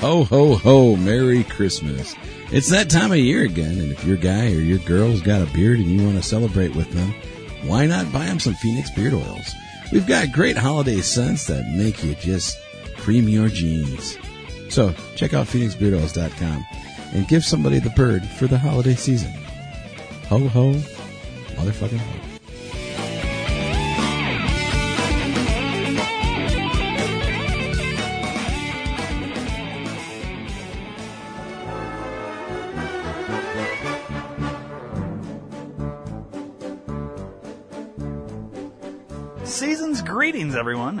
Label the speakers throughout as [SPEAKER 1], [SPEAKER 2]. [SPEAKER 1] Ho, ho, ho. Merry Christmas. It's that time of year again, and if your guy or your girl's got a beard and you want to celebrate with them, why not buy them some Phoenix beard oils? We've got great holiday scents that make you just cream your jeans. So check out PhoenixBeardOils.com and give somebody the bird for the holiday season. Ho, ho, motherfucking ho.
[SPEAKER 2] Season's greetings, everyone.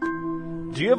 [SPEAKER 2] Do you have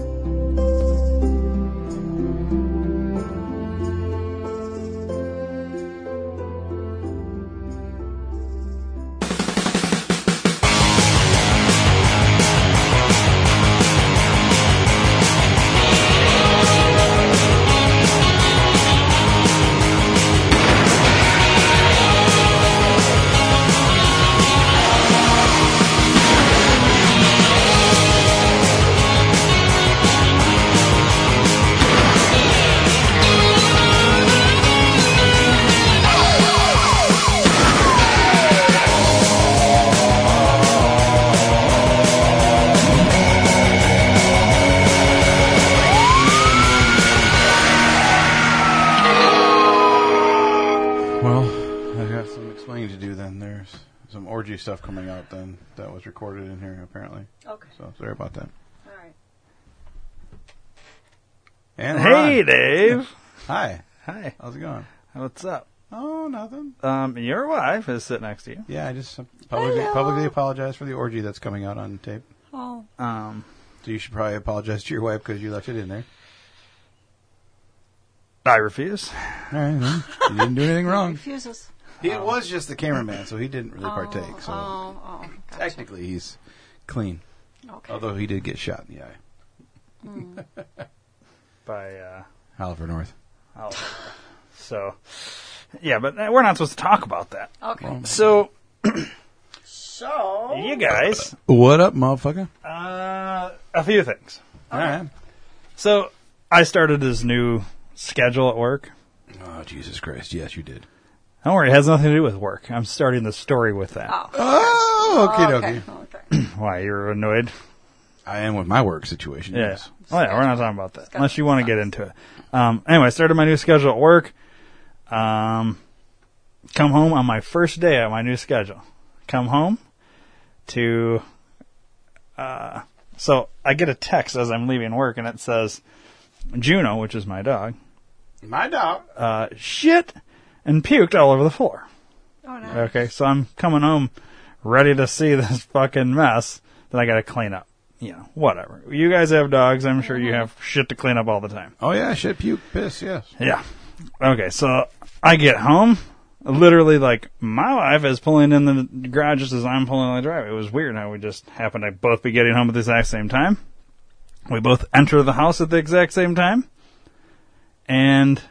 [SPEAKER 3] Well, I got some explaining to do then. There's some orgy stuff coming out then that was recorded in here apparently.
[SPEAKER 4] Okay.
[SPEAKER 3] So sorry about that.
[SPEAKER 4] All right.
[SPEAKER 3] And
[SPEAKER 2] Hey,
[SPEAKER 3] Ron.
[SPEAKER 2] Dave.
[SPEAKER 3] Hi.
[SPEAKER 2] Hi.
[SPEAKER 3] How's it going?
[SPEAKER 2] What's up?
[SPEAKER 3] Oh, nothing.
[SPEAKER 2] Um, your wife is sitting next to you.
[SPEAKER 3] Yeah, I just publicly,
[SPEAKER 4] Hello.
[SPEAKER 3] publicly apologize for the orgy that's coming out on tape.
[SPEAKER 4] Oh,
[SPEAKER 2] Um,
[SPEAKER 3] So you should probably apologize to your wife because you left it in there.
[SPEAKER 2] I refuse.
[SPEAKER 3] All right, well, you didn't do anything wrong.
[SPEAKER 4] refuses.
[SPEAKER 3] He was just the cameraman, so he didn't really
[SPEAKER 4] Oh,
[SPEAKER 3] partake. So
[SPEAKER 4] Oh, oh, gotcha.
[SPEAKER 3] technically, he's clean.
[SPEAKER 4] Okay.
[SPEAKER 3] Although he did get shot in the eye.
[SPEAKER 2] By, uh,
[SPEAKER 3] Oliver North.
[SPEAKER 2] I'll- so, yeah, but uh, we're not supposed to talk about that.
[SPEAKER 4] okay. Oh.
[SPEAKER 2] So,
[SPEAKER 4] so.
[SPEAKER 2] you guys,
[SPEAKER 3] What up, motherfucker?
[SPEAKER 2] uh, a few things.
[SPEAKER 3] All right.
[SPEAKER 2] So, I started this new schedule at work.
[SPEAKER 3] Oh Jesus Christ! Yes, you did.
[SPEAKER 2] Don't worry, it has nothing to do with work. I'm starting the story with that.
[SPEAKER 4] Oh,
[SPEAKER 3] Oh, okay,
[SPEAKER 4] okay.
[SPEAKER 3] dokie.
[SPEAKER 4] okay.
[SPEAKER 2] Why you're annoyed?
[SPEAKER 3] I am with my work situation.
[SPEAKER 2] Yeah.
[SPEAKER 3] Yes.
[SPEAKER 2] Oh, yeah, we're not talking about that. Unless you want to get into it. Um, anyway, I started my new schedule at work. Um, come home on my first day at my new schedule. Come home to, uh, so I get a text as I'm leaving work and it says, Juno, which is my dog,
[SPEAKER 3] My dog.
[SPEAKER 2] uh, shit and puked all over the floor.
[SPEAKER 4] Oh, no.
[SPEAKER 2] Okay, so I'm coming home ready to see this fucking mess that I gotta clean up. You know, whatever. You guys have dogs, I'm sure you have shit to clean up all the time.
[SPEAKER 3] Oh yeah, shit, puke, piss. Yes.
[SPEAKER 2] Yeah. Okay, so I get home. Literally, like, my wife is pulling in the garage just as I'm pulling in the driveway. It was weird how we just happened to both be getting home at the exact same time. We both enter the house at the exact same time. And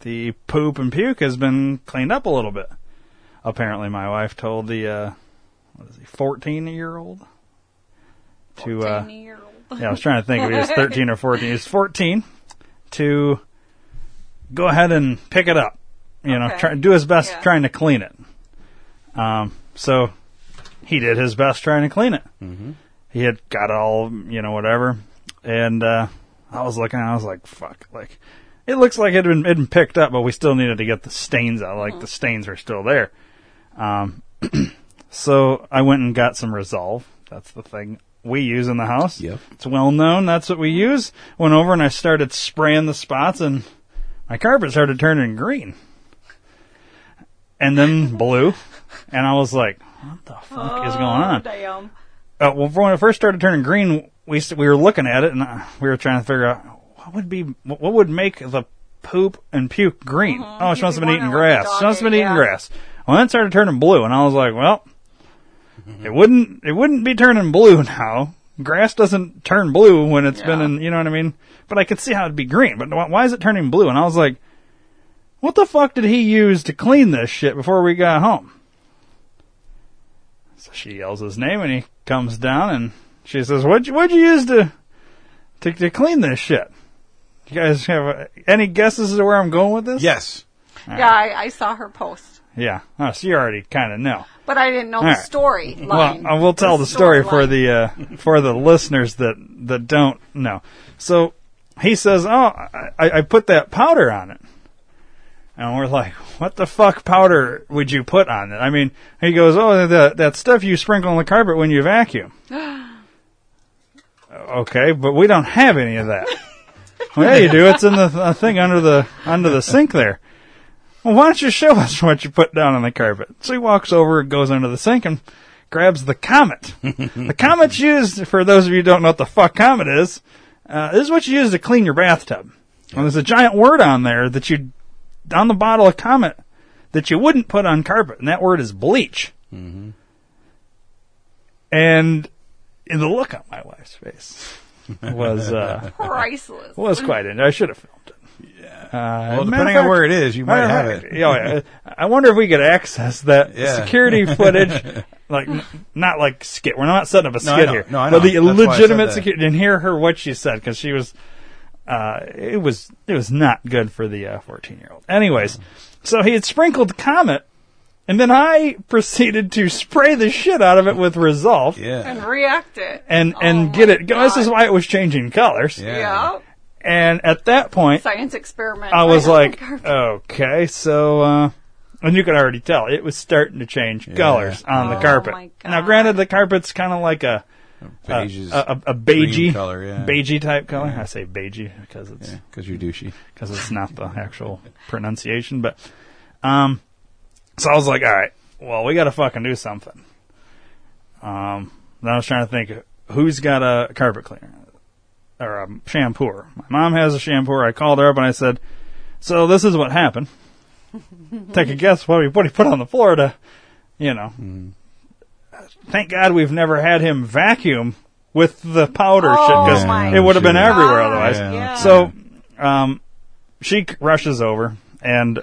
[SPEAKER 2] the poop and puke has been cleaned up a little bit. Apparently, my wife told the, uh, what is he, 14 year old? To, uh,
[SPEAKER 4] Tiny year old.
[SPEAKER 2] yeah, I was trying to think if he was 13 or 14. He was 14 to go ahead and pick it up. You know,
[SPEAKER 4] Okay.
[SPEAKER 2] try, do his best
[SPEAKER 4] Yeah.
[SPEAKER 2] trying to clean it. Um, so he did his best trying to clean it. He had got it all, you know, whatever. And uh, I was looking, I was like, fuck, like it looks like it had been, it'd been picked up, but we still needed to get the stains out.
[SPEAKER 4] Uh-huh.
[SPEAKER 2] Like the stains were still there. Um, so I went and got some Resolve. That's the thing we use in the house.
[SPEAKER 1] Yep.
[SPEAKER 2] It's well known. That's what we use. Went over and I started spraying the spots, and my carpet started turning green, and then blue, and I was like, "What the fuck is going on?"
[SPEAKER 4] Damn.
[SPEAKER 2] uh, well, when it first started turning green, we st- we were looking at it and uh, we were trying to figure out what would be what what would make the poop and puke green. Oh, she
[SPEAKER 4] You'd
[SPEAKER 2] must have
[SPEAKER 4] be
[SPEAKER 2] been eating
[SPEAKER 4] wondering what the
[SPEAKER 2] grass.
[SPEAKER 4] dog
[SPEAKER 2] She must have
[SPEAKER 4] ate,
[SPEAKER 2] been eating
[SPEAKER 4] yeah.
[SPEAKER 2] grass. Well, then it started turning blue, and I was like, well, it wouldn't it wouldn't be turning blue now. Grass doesn't turn blue when it's been
[SPEAKER 4] Yeah.
[SPEAKER 2] in, you know what I mean? But I could see how it'd be green. But why- why is it turning blue? And I was like, what the fuck did he use to clean this shit before we got home? So she yells his name, and he comes down, and she says, "What what'd you use to, to to clean this shit? You guys have uh, any guesses as to where I'm going with this?
[SPEAKER 3] Yes.
[SPEAKER 4] Yeah, I, I saw her post,
[SPEAKER 2] yeah. Oh, so you already kind of know.
[SPEAKER 4] but I didn't know
[SPEAKER 2] All
[SPEAKER 4] the
[SPEAKER 2] right.
[SPEAKER 4] story line.
[SPEAKER 2] Well, I will tell the, story for the uh, for the listeners that that don't know. So he says, "Oh, I, I put that powder on it," and we're like, "What the fuck powder would you put on it?" I mean, he goes, "Oh, that that stuff you sprinkle on the carpet when you vacuum." okay, but we don't have any of that. well, yeah, you do. It's in the th- thing under the under the sink there. Well, why don't you show us what you put down on the carpet? So he walks over, goes under the sink, and grabs the comet. the comet's used, for those of you who don't know what the fuck comet is, uh, this is what you use to clean your bathtub. And there's a giant word on there that you, on the bottle of comet, that you wouldn't put on carpet, and that word is bleach. And in the look on my wife's face was uh,
[SPEAKER 4] priceless.
[SPEAKER 2] was quite. in- I should have filmed it. Uh, Yeah.
[SPEAKER 3] Well, depending on where it is, you might have it.
[SPEAKER 2] Yeah, yeah. I wonder if we could access that
[SPEAKER 3] Yeah.
[SPEAKER 2] security footage, like n- not like skit. We're not setting up a
[SPEAKER 3] No, I
[SPEAKER 2] skit
[SPEAKER 3] know.
[SPEAKER 2] here,
[SPEAKER 3] No, I
[SPEAKER 2] but
[SPEAKER 3] know.
[SPEAKER 2] the
[SPEAKER 3] That's why I said
[SPEAKER 2] legitimate
[SPEAKER 3] that.
[SPEAKER 2] security. And hear her what she said because she was, uh, it was it was not good for the fourteen year old. Anyways, so he had sprinkled comet, and then I proceeded to spray the shit out of it with Resolve
[SPEAKER 3] Yeah.
[SPEAKER 4] and react it.
[SPEAKER 2] and
[SPEAKER 4] Oh
[SPEAKER 2] and get
[SPEAKER 4] my
[SPEAKER 2] it. go- This is
[SPEAKER 4] God.
[SPEAKER 2] why it was changing colors.
[SPEAKER 3] Yeah.
[SPEAKER 4] Yeah.
[SPEAKER 2] And at that point,
[SPEAKER 4] Science experiment.
[SPEAKER 2] I was
[SPEAKER 4] Right on
[SPEAKER 2] like, uh,
[SPEAKER 4] the carpet.
[SPEAKER 2] okay, so, uh, and you could already tell it was starting to change colors on the
[SPEAKER 4] Oh
[SPEAKER 2] carpet.
[SPEAKER 4] my God.
[SPEAKER 2] Now, granted, the carpet's kind of like a a,
[SPEAKER 3] Beige is
[SPEAKER 2] a, Uh, a, a
[SPEAKER 3] green
[SPEAKER 2] beigey
[SPEAKER 3] color, yeah.
[SPEAKER 2] beigey type color. I say beigey because it's
[SPEAKER 3] Because you're douchey.
[SPEAKER 2] because it's not the actual pronunciation. But um, so I was like, all right, well, we got to fucking do something. Um, then I was trying to think who's got a carpet cleaner or a shampooer. My mom has a shampooer. I called her up and I said, so this is what happened. Take a guess what he what he put on the floor to, you know. Thank God we've never had him vacuum with the powder
[SPEAKER 4] Oh
[SPEAKER 2] shit
[SPEAKER 4] my
[SPEAKER 2] because it would have been
[SPEAKER 3] God.
[SPEAKER 2] everywhere
[SPEAKER 4] God,
[SPEAKER 2] otherwise.
[SPEAKER 4] yeah.
[SPEAKER 2] So, um, she c- rushes over, and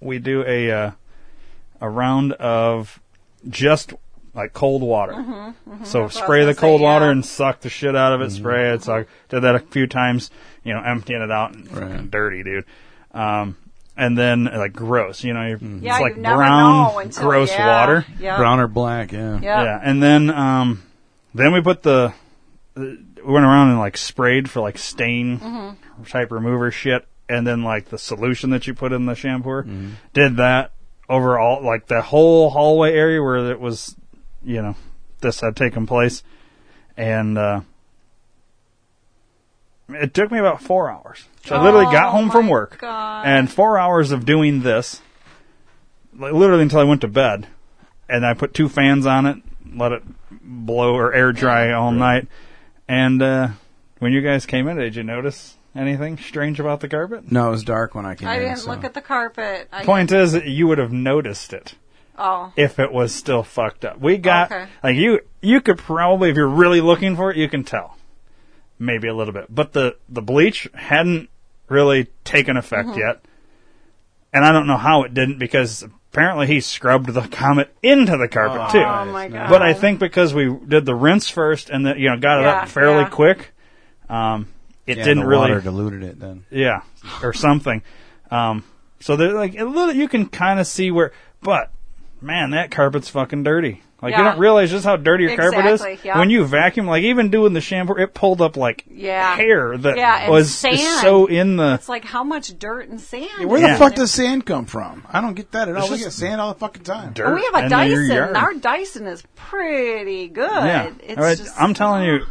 [SPEAKER 2] we do a uh, a round of just like cold water. So
[SPEAKER 4] Mm-hmm, what I
[SPEAKER 2] spray the
[SPEAKER 4] was gonna
[SPEAKER 2] cold
[SPEAKER 4] say,
[SPEAKER 2] water
[SPEAKER 4] yeah.
[SPEAKER 2] and suck the shit out of it. Spray it. Suck. Did that a few times. You know, emptying it out and
[SPEAKER 3] Right.
[SPEAKER 2] fucking dirty, dude. Um, and then like gross. You know, you're,
[SPEAKER 4] Yeah,
[SPEAKER 2] it's
[SPEAKER 4] you
[SPEAKER 2] like
[SPEAKER 4] never
[SPEAKER 2] brown,
[SPEAKER 4] know until,
[SPEAKER 2] gross
[SPEAKER 4] yeah,
[SPEAKER 2] water.
[SPEAKER 4] Yeah.
[SPEAKER 3] Brown or black, yeah.
[SPEAKER 4] Yeah.
[SPEAKER 2] Yeah, and then um, then we put the uh, we went around and like sprayed for like stain
[SPEAKER 4] Mm-hmm.
[SPEAKER 2] type remover shit, and then like the solution that you put in the shampooer did that over all like the whole hallway area where it was, you know, this had taken place, and uh, it took me about four hours. So I literally got
[SPEAKER 4] Oh
[SPEAKER 2] home from
[SPEAKER 4] my
[SPEAKER 2] work
[SPEAKER 4] God.
[SPEAKER 2] and four hours of doing this, like literally until I went to bed, and I put two fans on it, let it blow or air dry all night. And uh, when you guys came in, did you notice anything strange about the carpet?
[SPEAKER 3] No, it was dark when I came
[SPEAKER 4] I
[SPEAKER 3] in.
[SPEAKER 4] didn't
[SPEAKER 3] so-
[SPEAKER 4] look at the carpet. I
[SPEAKER 2] Point is, that you would have noticed it
[SPEAKER 4] Oh.
[SPEAKER 2] if it was still fucked up. We got
[SPEAKER 4] Okay.
[SPEAKER 2] like you you could probably if you're really looking for it, you can tell. Maybe a little bit. But the the bleach hadn't really taken effect
[SPEAKER 4] Mm-hmm.
[SPEAKER 2] yet. And I don't know how it didn't because apparently he scrubbed the comet into the carpet too.
[SPEAKER 4] Oh my god.
[SPEAKER 2] But I think because we did the rinse first and that you know got it
[SPEAKER 4] Yeah,
[SPEAKER 2] up fairly
[SPEAKER 4] yeah.
[SPEAKER 2] quick, um, it
[SPEAKER 3] Yeah,
[SPEAKER 2] didn't
[SPEAKER 3] the
[SPEAKER 2] really
[SPEAKER 3] water diluted it then.
[SPEAKER 2] yeah, or something. Um, so they're like a little. You can kind of see where, but man, that carpet's fucking dirty. Like you
[SPEAKER 4] Yeah.
[SPEAKER 2] don't realize just how dirty your carpet is
[SPEAKER 4] Exactly, yeah.
[SPEAKER 2] when you vacuum. Like even doing the shampoo, it pulled up like
[SPEAKER 4] Yeah.
[SPEAKER 2] hair that
[SPEAKER 4] Yeah, and
[SPEAKER 2] was
[SPEAKER 4] sand.
[SPEAKER 2] is so in the.
[SPEAKER 4] It's like how much dirt and sand.
[SPEAKER 3] Where
[SPEAKER 2] Yeah.
[SPEAKER 3] the fuck does sand come from? I don't get that at all. We
[SPEAKER 2] just
[SPEAKER 3] get sand all the fucking time.
[SPEAKER 2] dirt
[SPEAKER 4] And we have a
[SPEAKER 2] in your
[SPEAKER 4] Dyson.
[SPEAKER 2] yard.
[SPEAKER 4] and Our Dyson is pretty good.
[SPEAKER 2] yeah,
[SPEAKER 4] It's
[SPEAKER 2] All right,
[SPEAKER 4] just,
[SPEAKER 2] I'm telling you.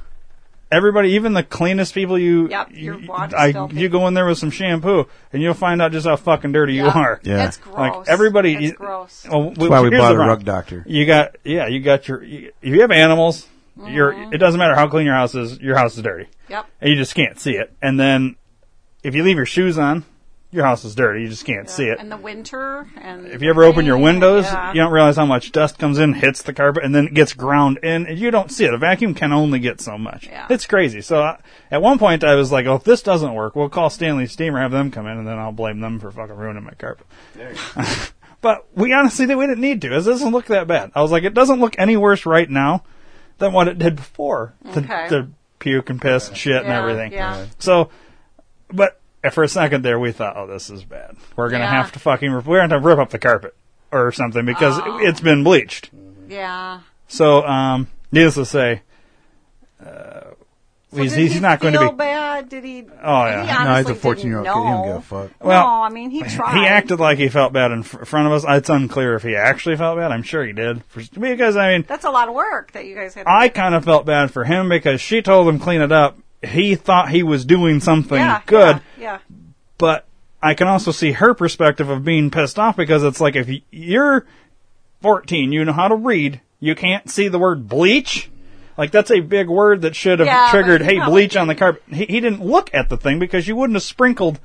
[SPEAKER 2] Everybody, even the cleanest people, you
[SPEAKER 4] Yep, your
[SPEAKER 2] you,
[SPEAKER 4] water's
[SPEAKER 2] I,
[SPEAKER 4] filthy.
[SPEAKER 2] you go in there with some shampoo, and you'll find out just how fucking dirty you
[SPEAKER 4] Yeah.
[SPEAKER 2] are.
[SPEAKER 3] Yeah.
[SPEAKER 4] It's gross.
[SPEAKER 2] Like everybody, oh,
[SPEAKER 4] It's
[SPEAKER 2] you-
[SPEAKER 4] gross.
[SPEAKER 2] Well,
[SPEAKER 3] That's why we
[SPEAKER 2] here's
[SPEAKER 3] bought
[SPEAKER 2] the
[SPEAKER 3] a
[SPEAKER 2] problem.
[SPEAKER 3] rug doctor.
[SPEAKER 2] You got yeah, you got your. You, if you have animals, your
[SPEAKER 4] Mm-hmm.
[SPEAKER 2] it doesn't matter how clean your house is, your house is dirty,
[SPEAKER 4] Yep.
[SPEAKER 2] and you just can't see it. And then if you leave your shoes on, your house is dirty. You just can't see it.
[SPEAKER 4] In the winter, and
[SPEAKER 2] If you ever open your windows,
[SPEAKER 4] yeah.
[SPEAKER 2] you don't realize how much dust comes in, hits the carpet, and then it gets ground in, and you don't see it. A vacuum can only get so much.
[SPEAKER 4] Yeah.
[SPEAKER 2] It's crazy. So I, at one point, I was like, "Oh, if this doesn't work, we'll call Stanley Steamer, have them come in, and then I'll blame them for fucking ruining my carpet." but we honestly did. We didn't need to. It doesn't look that bad. I was like, it doesn't look any worse right now than what it did before.
[SPEAKER 4] Okay.
[SPEAKER 2] The, the puke and piss and shit and
[SPEAKER 4] Yeah,
[SPEAKER 2] everything.
[SPEAKER 4] yeah. Right.
[SPEAKER 2] So, but for a second there, we thought, oh, this is bad. We're gonna
[SPEAKER 4] Yeah.
[SPEAKER 2] have to fucking we're gonna have to rip up the carpet or something because
[SPEAKER 4] Oh.
[SPEAKER 2] it, has been bleached.
[SPEAKER 4] Yeah.
[SPEAKER 2] So, um, needless to say, uh,
[SPEAKER 4] So
[SPEAKER 2] he's,
[SPEAKER 4] did
[SPEAKER 2] he's
[SPEAKER 4] he
[SPEAKER 2] not going to be.
[SPEAKER 4] feel bad? Did he?
[SPEAKER 2] Oh, yeah.
[SPEAKER 4] He
[SPEAKER 2] No,
[SPEAKER 4] honestly
[SPEAKER 3] No, he's a
[SPEAKER 4] didn't
[SPEAKER 3] 14 year old kid. He don't
[SPEAKER 4] know.
[SPEAKER 3] give a fuck.
[SPEAKER 2] Well,
[SPEAKER 4] no, I mean he tried.
[SPEAKER 2] He acted like he felt bad in fr- front of us. It's unclear if he actually felt bad. I'm sure he did. For, because I mean,
[SPEAKER 4] That's a lot of work that you guys had. to
[SPEAKER 2] I
[SPEAKER 4] do.
[SPEAKER 2] kind of felt bad for him because she told him clean it up. He thought he was doing something
[SPEAKER 4] yeah,
[SPEAKER 2] good,
[SPEAKER 4] Yeah. yeah.
[SPEAKER 2] but I can also see her perspective of being pissed off because it's like if y- you're 14, you know how to read, you can't see the word bleach. Like that's a big word that should have
[SPEAKER 4] Yeah, but
[SPEAKER 2] triggered
[SPEAKER 4] you
[SPEAKER 2] hey
[SPEAKER 4] probably
[SPEAKER 2] bleach on the carpet. He, he didn't look at the thing because you wouldn't have sprinkled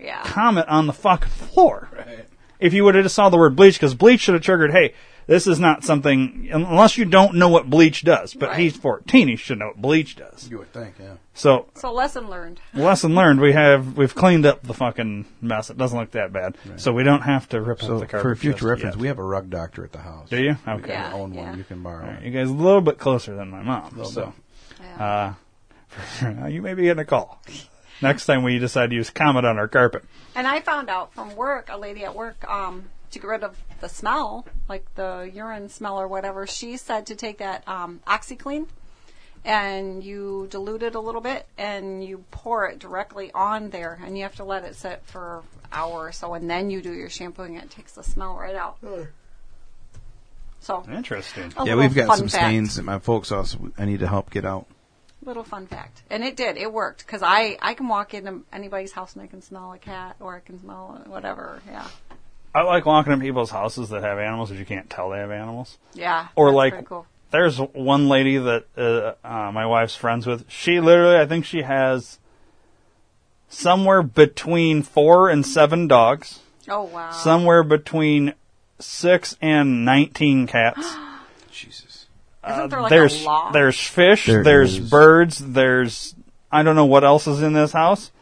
[SPEAKER 4] Yeah.
[SPEAKER 2] Comet on the fucking floor. If you would have just saw the word bleach, because bleach should have triggered, hey, this is not something, unless you don't know what bleach does. But
[SPEAKER 4] Right.
[SPEAKER 2] he's 14, he should know what bleach does.
[SPEAKER 3] You would think, yeah.
[SPEAKER 2] So,
[SPEAKER 4] So lesson learned.
[SPEAKER 2] lesson learned, we have, we've cleaned up the fucking mess. It doesn't look that bad. So we don't have to rip up
[SPEAKER 3] So
[SPEAKER 2] the carpet.
[SPEAKER 3] for future
[SPEAKER 2] just
[SPEAKER 3] reference,
[SPEAKER 2] yet.
[SPEAKER 3] we have a rug doctor at the house.
[SPEAKER 2] Do you? Okay.
[SPEAKER 4] Yeah.
[SPEAKER 3] own
[SPEAKER 4] yeah.
[SPEAKER 3] one. You can borrow.
[SPEAKER 2] All right,
[SPEAKER 3] it.
[SPEAKER 2] you guys a little bit closer than my mom.
[SPEAKER 3] Little
[SPEAKER 2] So,
[SPEAKER 3] bit.
[SPEAKER 2] uh, you may be getting a call. Next time we decide to use Comet on our carpet.
[SPEAKER 4] And I found out from work, a lady at work, um, to get rid of the smell, like the urine smell or whatever, she said to take that um, OxyClean and you dilute it a little bit and you pour it directly on there and you have to let it sit for an hour or so and then you do your shampooing and it takes the smell right out. So, a
[SPEAKER 2] Interesting.
[SPEAKER 4] little
[SPEAKER 3] Yeah, we've got
[SPEAKER 4] fun
[SPEAKER 3] some
[SPEAKER 4] fact.
[SPEAKER 3] stains at my folks' house. I need to help get out.
[SPEAKER 4] Little fun fact. And it did. It worked because I, I can walk into anybody's house and I can smell a cat or I can smell whatever. Yeah.
[SPEAKER 2] I like walking in people's houses that have animals that you can't tell they have animals.
[SPEAKER 4] Yeah.
[SPEAKER 2] Or
[SPEAKER 4] that's
[SPEAKER 2] like-
[SPEAKER 4] pretty cool.
[SPEAKER 2] There's one lady that uh, uh, my wife's friends with. She literally, I think she has somewhere between four and seven dogs,
[SPEAKER 4] Oh wow.
[SPEAKER 2] somewhere between six and nineteen cats.
[SPEAKER 3] Jesus.
[SPEAKER 4] Isn't there like
[SPEAKER 2] uh, there's
[SPEAKER 4] a law?
[SPEAKER 2] there's fish,
[SPEAKER 3] There
[SPEAKER 2] there's
[SPEAKER 3] is.
[SPEAKER 2] birds, there's I don't know what else is in this house.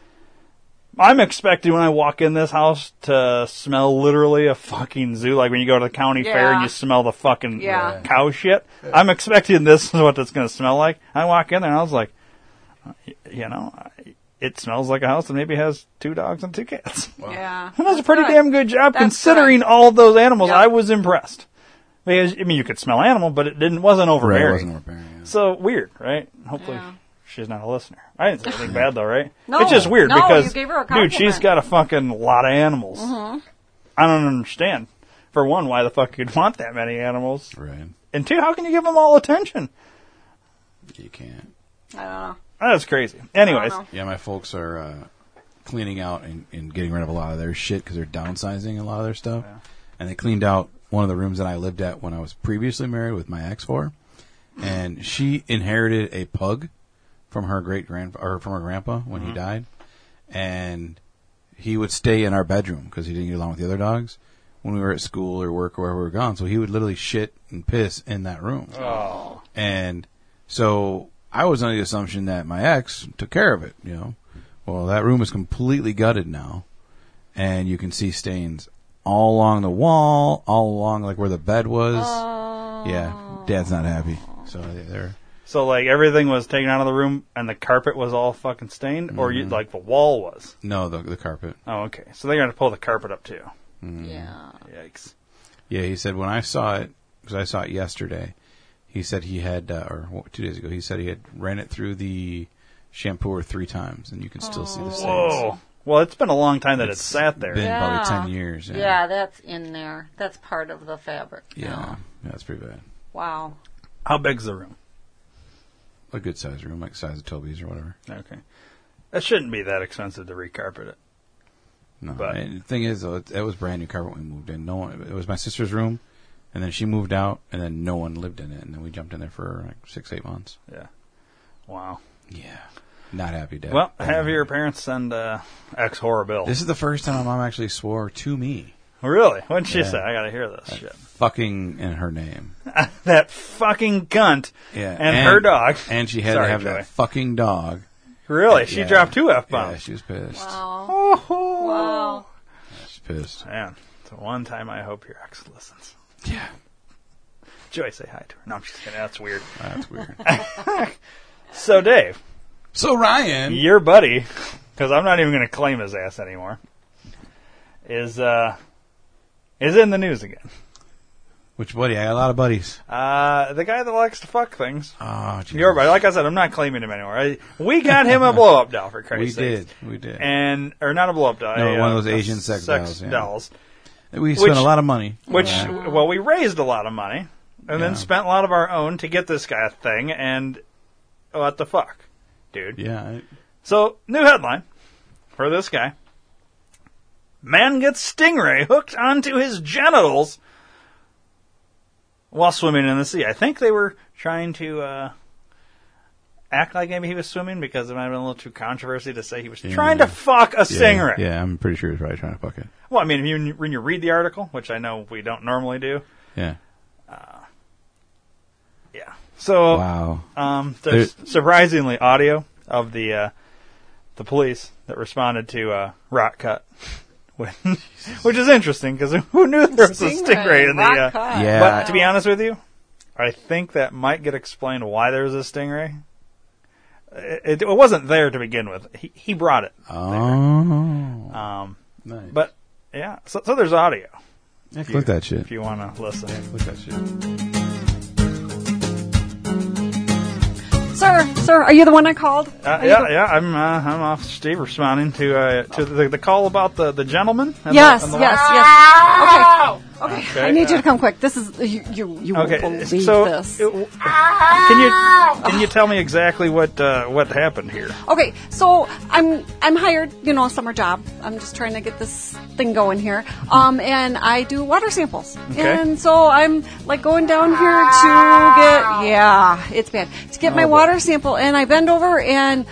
[SPEAKER 2] I'm expecting when I walk in this house to smell literally a fucking zoo, like when you go to the county fair and
[SPEAKER 4] Yeah.
[SPEAKER 2] you smell the fucking
[SPEAKER 4] Yeah.
[SPEAKER 2] cow shit. I'm expecting this is what it's going to smell like. I walk in there and I was like, y- you know, I- it smells like a house that maybe has two dogs and two cats.
[SPEAKER 4] yeah.
[SPEAKER 2] That was a pretty
[SPEAKER 4] good.
[SPEAKER 2] damn good job
[SPEAKER 4] That's
[SPEAKER 2] considering all of those animals.
[SPEAKER 4] Yep.
[SPEAKER 2] I was impressed. Because, I mean, you could smell animal, but it didn't wasn't
[SPEAKER 3] Right,
[SPEAKER 2] overbearing.
[SPEAKER 3] it wasn't repairing. yeah.
[SPEAKER 2] So weird, right? Hopefully
[SPEAKER 4] Yeah.
[SPEAKER 2] she's not a listener. I didn't say anything bad though, right?
[SPEAKER 4] No,
[SPEAKER 2] it's just weird
[SPEAKER 4] no, you
[SPEAKER 2] because
[SPEAKER 4] gave her a
[SPEAKER 2] dude, she's
[SPEAKER 4] compliment. Mm-hmm.
[SPEAKER 2] got a fucking lot of animals. I don't understand. For one, why the fuck you'd want that many animals,
[SPEAKER 3] Right.
[SPEAKER 2] and two, how can you give them all attention?
[SPEAKER 3] You can't.
[SPEAKER 4] I don't know.
[SPEAKER 2] That's crazy. Anyways,
[SPEAKER 4] know.
[SPEAKER 3] Yeah, my folks are uh, cleaning out and, and getting rid of a lot of their shit because they're downsizing a lot of their stuff. And they cleaned out one of the rooms that I lived at when I was previously married with my ex for, and she inherited a pug from her great grand or from her grandpa when he died, and he would stay in our bedroom because he didn't get along with the other dogs when we were at school or work or wherever we were gone. So he would literally shit and piss in that room. And so I was under the assumption that my ex took care of it, you know. Well, that room is completely gutted now, and you can see stains all along the wall, all along like where the bed was. Yeah, dad's not happy. So they're
[SPEAKER 2] So like everything was taken out of the room, and the carpet was all fucking stained, or you,
[SPEAKER 3] Mm-hmm.
[SPEAKER 2] like the wall was.
[SPEAKER 3] No, the the carpet.
[SPEAKER 2] Oh, okay. So they're gonna pull the carpet up too.
[SPEAKER 3] Mm.
[SPEAKER 4] Yeah.
[SPEAKER 2] Yikes.
[SPEAKER 3] Yeah, he said when I saw it because I saw it yesterday. He said he had, uh, or wh- two days ago, he said he had ran it through the shampooer three times, and you can still see the stains.
[SPEAKER 2] Whoa. Well, it's been a long time that it's, sat there.
[SPEAKER 3] Been
[SPEAKER 5] Yeah.
[SPEAKER 3] probably ten years. Yeah.
[SPEAKER 5] Yeah, that's in there. That's part of the fabric.
[SPEAKER 3] Yeah. Yeah, that's pretty bad.
[SPEAKER 4] Wow.
[SPEAKER 2] How big's the room?
[SPEAKER 3] A good size room, like size of Toby's or whatever.
[SPEAKER 2] Okay. That shouldn't be that expensive to recarpet it.
[SPEAKER 3] No,
[SPEAKER 2] But-
[SPEAKER 3] and the thing is, though, it, it was brand new carpet when we moved in. No one. It was my sister's room, and then she moved out, and then no one lived in it, and then we jumped in there for like six, eight months.
[SPEAKER 2] Yeah. Wow.
[SPEAKER 3] Yeah, not happy, Dad.
[SPEAKER 2] Well,
[SPEAKER 3] Not
[SPEAKER 2] have
[SPEAKER 3] happy.
[SPEAKER 2] your parents send uh, X horror bill.
[SPEAKER 3] This is the first time my mom actually swore to me,
[SPEAKER 2] really? What'd she
[SPEAKER 3] Yeah.
[SPEAKER 2] say? I gotta hear this shit.
[SPEAKER 3] fucking in her name.
[SPEAKER 2] That fucking cunt.
[SPEAKER 3] Yeah,
[SPEAKER 2] And, her dog.
[SPEAKER 3] and she had
[SPEAKER 2] Sorry,
[SPEAKER 3] to have
[SPEAKER 2] Joey.
[SPEAKER 3] that fucking dog.
[SPEAKER 2] Really? She
[SPEAKER 3] Yeah.
[SPEAKER 2] dropped two f
[SPEAKER 3] Yeah,
[SPEAKER 2] bombs.
[SPEAKER 3] she was pissed.
[SPEAKER 5] Wow.
[SPEAKER 2] Oh,
[SPEAKER 5] Wow.
[SPEAKER 3] She's pissed.
[SPEAKER 2] man. It's the one time I hope your ex listens.
[SPEAKER 3] Yeah,
[SPEAKER 2] Joy, say hi to her. No, I'm just kidding. That's weird.
[SPEAKER 3] that's weird.
[SPEAKER 2] So, Dave,
[SPEAKER 3] so Ryan,
[SPEAKER 2] your buddy, because I'm not even going to claim his ass anymore, is uh, is in the news again.
[SPEAKER 3] which buddy? I got a lot of buddies.
[SPEAKER 2] Uh, the guy that likes to fuck things.
[SPEAKER 3] Oh, Jesus.
[SPEAKER 2] Your buddy, like I said, I'm not claiming him anymore. I, we got him a blow up doll for
[SPEAKER 3] We
[SPEAKER 2] Christ's sake.
[SPEAKER 3] did. We did.
[SPEAKER 2] And or not a blow up doll.
[SPEAKER 3] No,
[SPEAKER 2] a,
[SPEAKER 3] one of those
[SPEAKER 2] uh,
[SPEAKER 3] Asian sex dolls, yeah.
[SPEAKER 2] dolls.
[SPEAKER 3] we spent
[SPEAKER 2] which-
[SPEAKER 3] a lot of money.
[SPEAKER 2] Which,
[SPEAKER 3] Yeah.
[SPEAKER 2] well, we raised a lot of money and
[SPEAKER 3] Yeah.
[SPEAKER 2] then spent a lot of our own to get this guy a thing, and what the fuck, dude?
[SPEAKER 3] Yeah, I-
[SPEAKER 2] So, new headline for this guy Man gets stingray hooked onto his genitals while swimming in the sea. I think they were trying to uh, act like maybe he was swimming because it might have been a little too controversy to say he was trying to fuck a stingray.
[SPEAKER 3] Yeah, I'm pretty sure he's probably trying to fuck it.
[SPEAKER 2] Well, I mean, if you, when you read the article, which I know we don't normally do,
[SPEAKER 3] Yeah.
[SPEAKER 2] yeah.
[SPEAKER 3] Oh.
[SPEAKER 2] So,
[SPEAKER 3] Wow.
[SPEAKER 2] Um, there's surprisingly audio of the uh, the police that responded to uh, Rock Cut, when, which is interesting because who knew there was a stingray in the.
[SPEAKER 5] Rock
[SPEAKER 2] Uh,
[SPEAKER 5] cut.
[SPEAKER 3] Yeah.
[SPEAKER 2] But to be honest with you, I think that might get explained why there was a stingray. It, it, it wasn't there to begin with. He, he brought it.
[SPEAKER 3] Oh.
[SPEAKER 2] Um,
[SPEAKER 3] Nice.
[SPEAKER 2] but yeah, so, so there's audio
[SPEAKER 3] Yeah, click that shit.
[SPEAKER 2] if you want to listen.
[SPEAKER 3] Click that shit.
[SPEAKER 4] Sir, sir, are you the one I called?
[SPEAKER 2] Uh, yeah, yeah, I'm uh, I'm off Steve responding to uh, to the, the call about the the gentleman. and the-
[SPEAKER 4] Yes,
[SPEAKER 2] and
[SPEAKER 4] yes,
[SPEAKER 2] the
[SPEAKER 4] yes. Okay, okay.
[SPEAKER 2] Okay,
[SPEAKER 4] I need
[SPEAKER 2] uh,
[SPEAKER 4] you to come quick. This is you. You, you
[SPEAKER 2] Okay,
[SPEAKER 4] won't believe
[SPEAKER 2] so
[SPEAKER 4] this.
[SPEAKER 2] it- can you can you tell me exactly what uh, what happened here?
[SPEAKER 4] Okay, so I'm I'm hired, you know, summer job. I'm just trying to get this thing going here. Um, and I do water samples,
[SPEAKER 2] Okay.
[SPEAKER 4] and so I'm like going down here to get yeah, it's bad to get my water sample, and I bend over and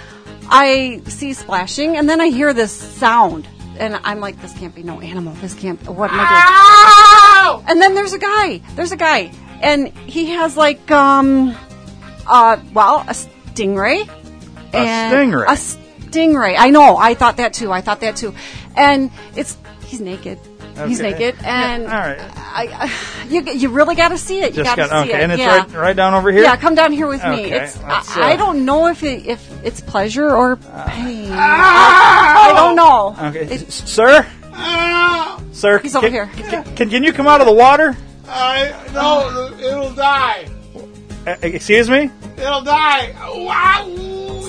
[SPEAKER 4] I see splashing, and then I hear this sound, and I'm like, this can't be no animal. This can't. What am I doing? And then there's a guy. There's a guy, and he has like um, uh, well, a stingray. A
[SPEAKER 2] stingray.
[SPEAKER 4] A stingray. I know. I thought that too. I thought that too. And it's he's naked. He's
[SPEAKER 2] Okay.
[SPEAKER 4] naked, and
[SPEAKER 2] All right,
[SPEAKER 4] I, I, you you really got to see it. You
[SPEAKER 2] just
[SPEAKER 4] got to
[SPEAKER 2] got
[SPEAKER 4] see
[SPEAKER 2] okay,
[SPEAKER 4] it.
[SPEAKER 2] and it's
[SPEAKER 4] yeah.
[SPEAKER 2] right right down over here.
[SPEAKER 4] Yeah, come down here with me.
[SPEAKER 2] Okay,
[SPEAKER 4] It's
[SPEAKER 2] let's,
[SPEAKER 4] I, I
[SPEAKER 2] uh,
[SPEAKER 4] don't know if it, if it's pleasure or pain. I, I don't know.
[SPEAKER 2] Ah! okay,
[SPEAKER 4] It-
[SPEAKER 2] S- sir, sir,
[SPEAKER 4] He's
[SPEAKER 2] can,
[SPEAKER 4] over here.
[SPEAKER 2] Can, can, can you come out of the water?
[SPEAKER 6] I no, it'll die.
[SPEAKER 2] Uh, excuse me.
[SPEAKER 6] It'll die. Wow.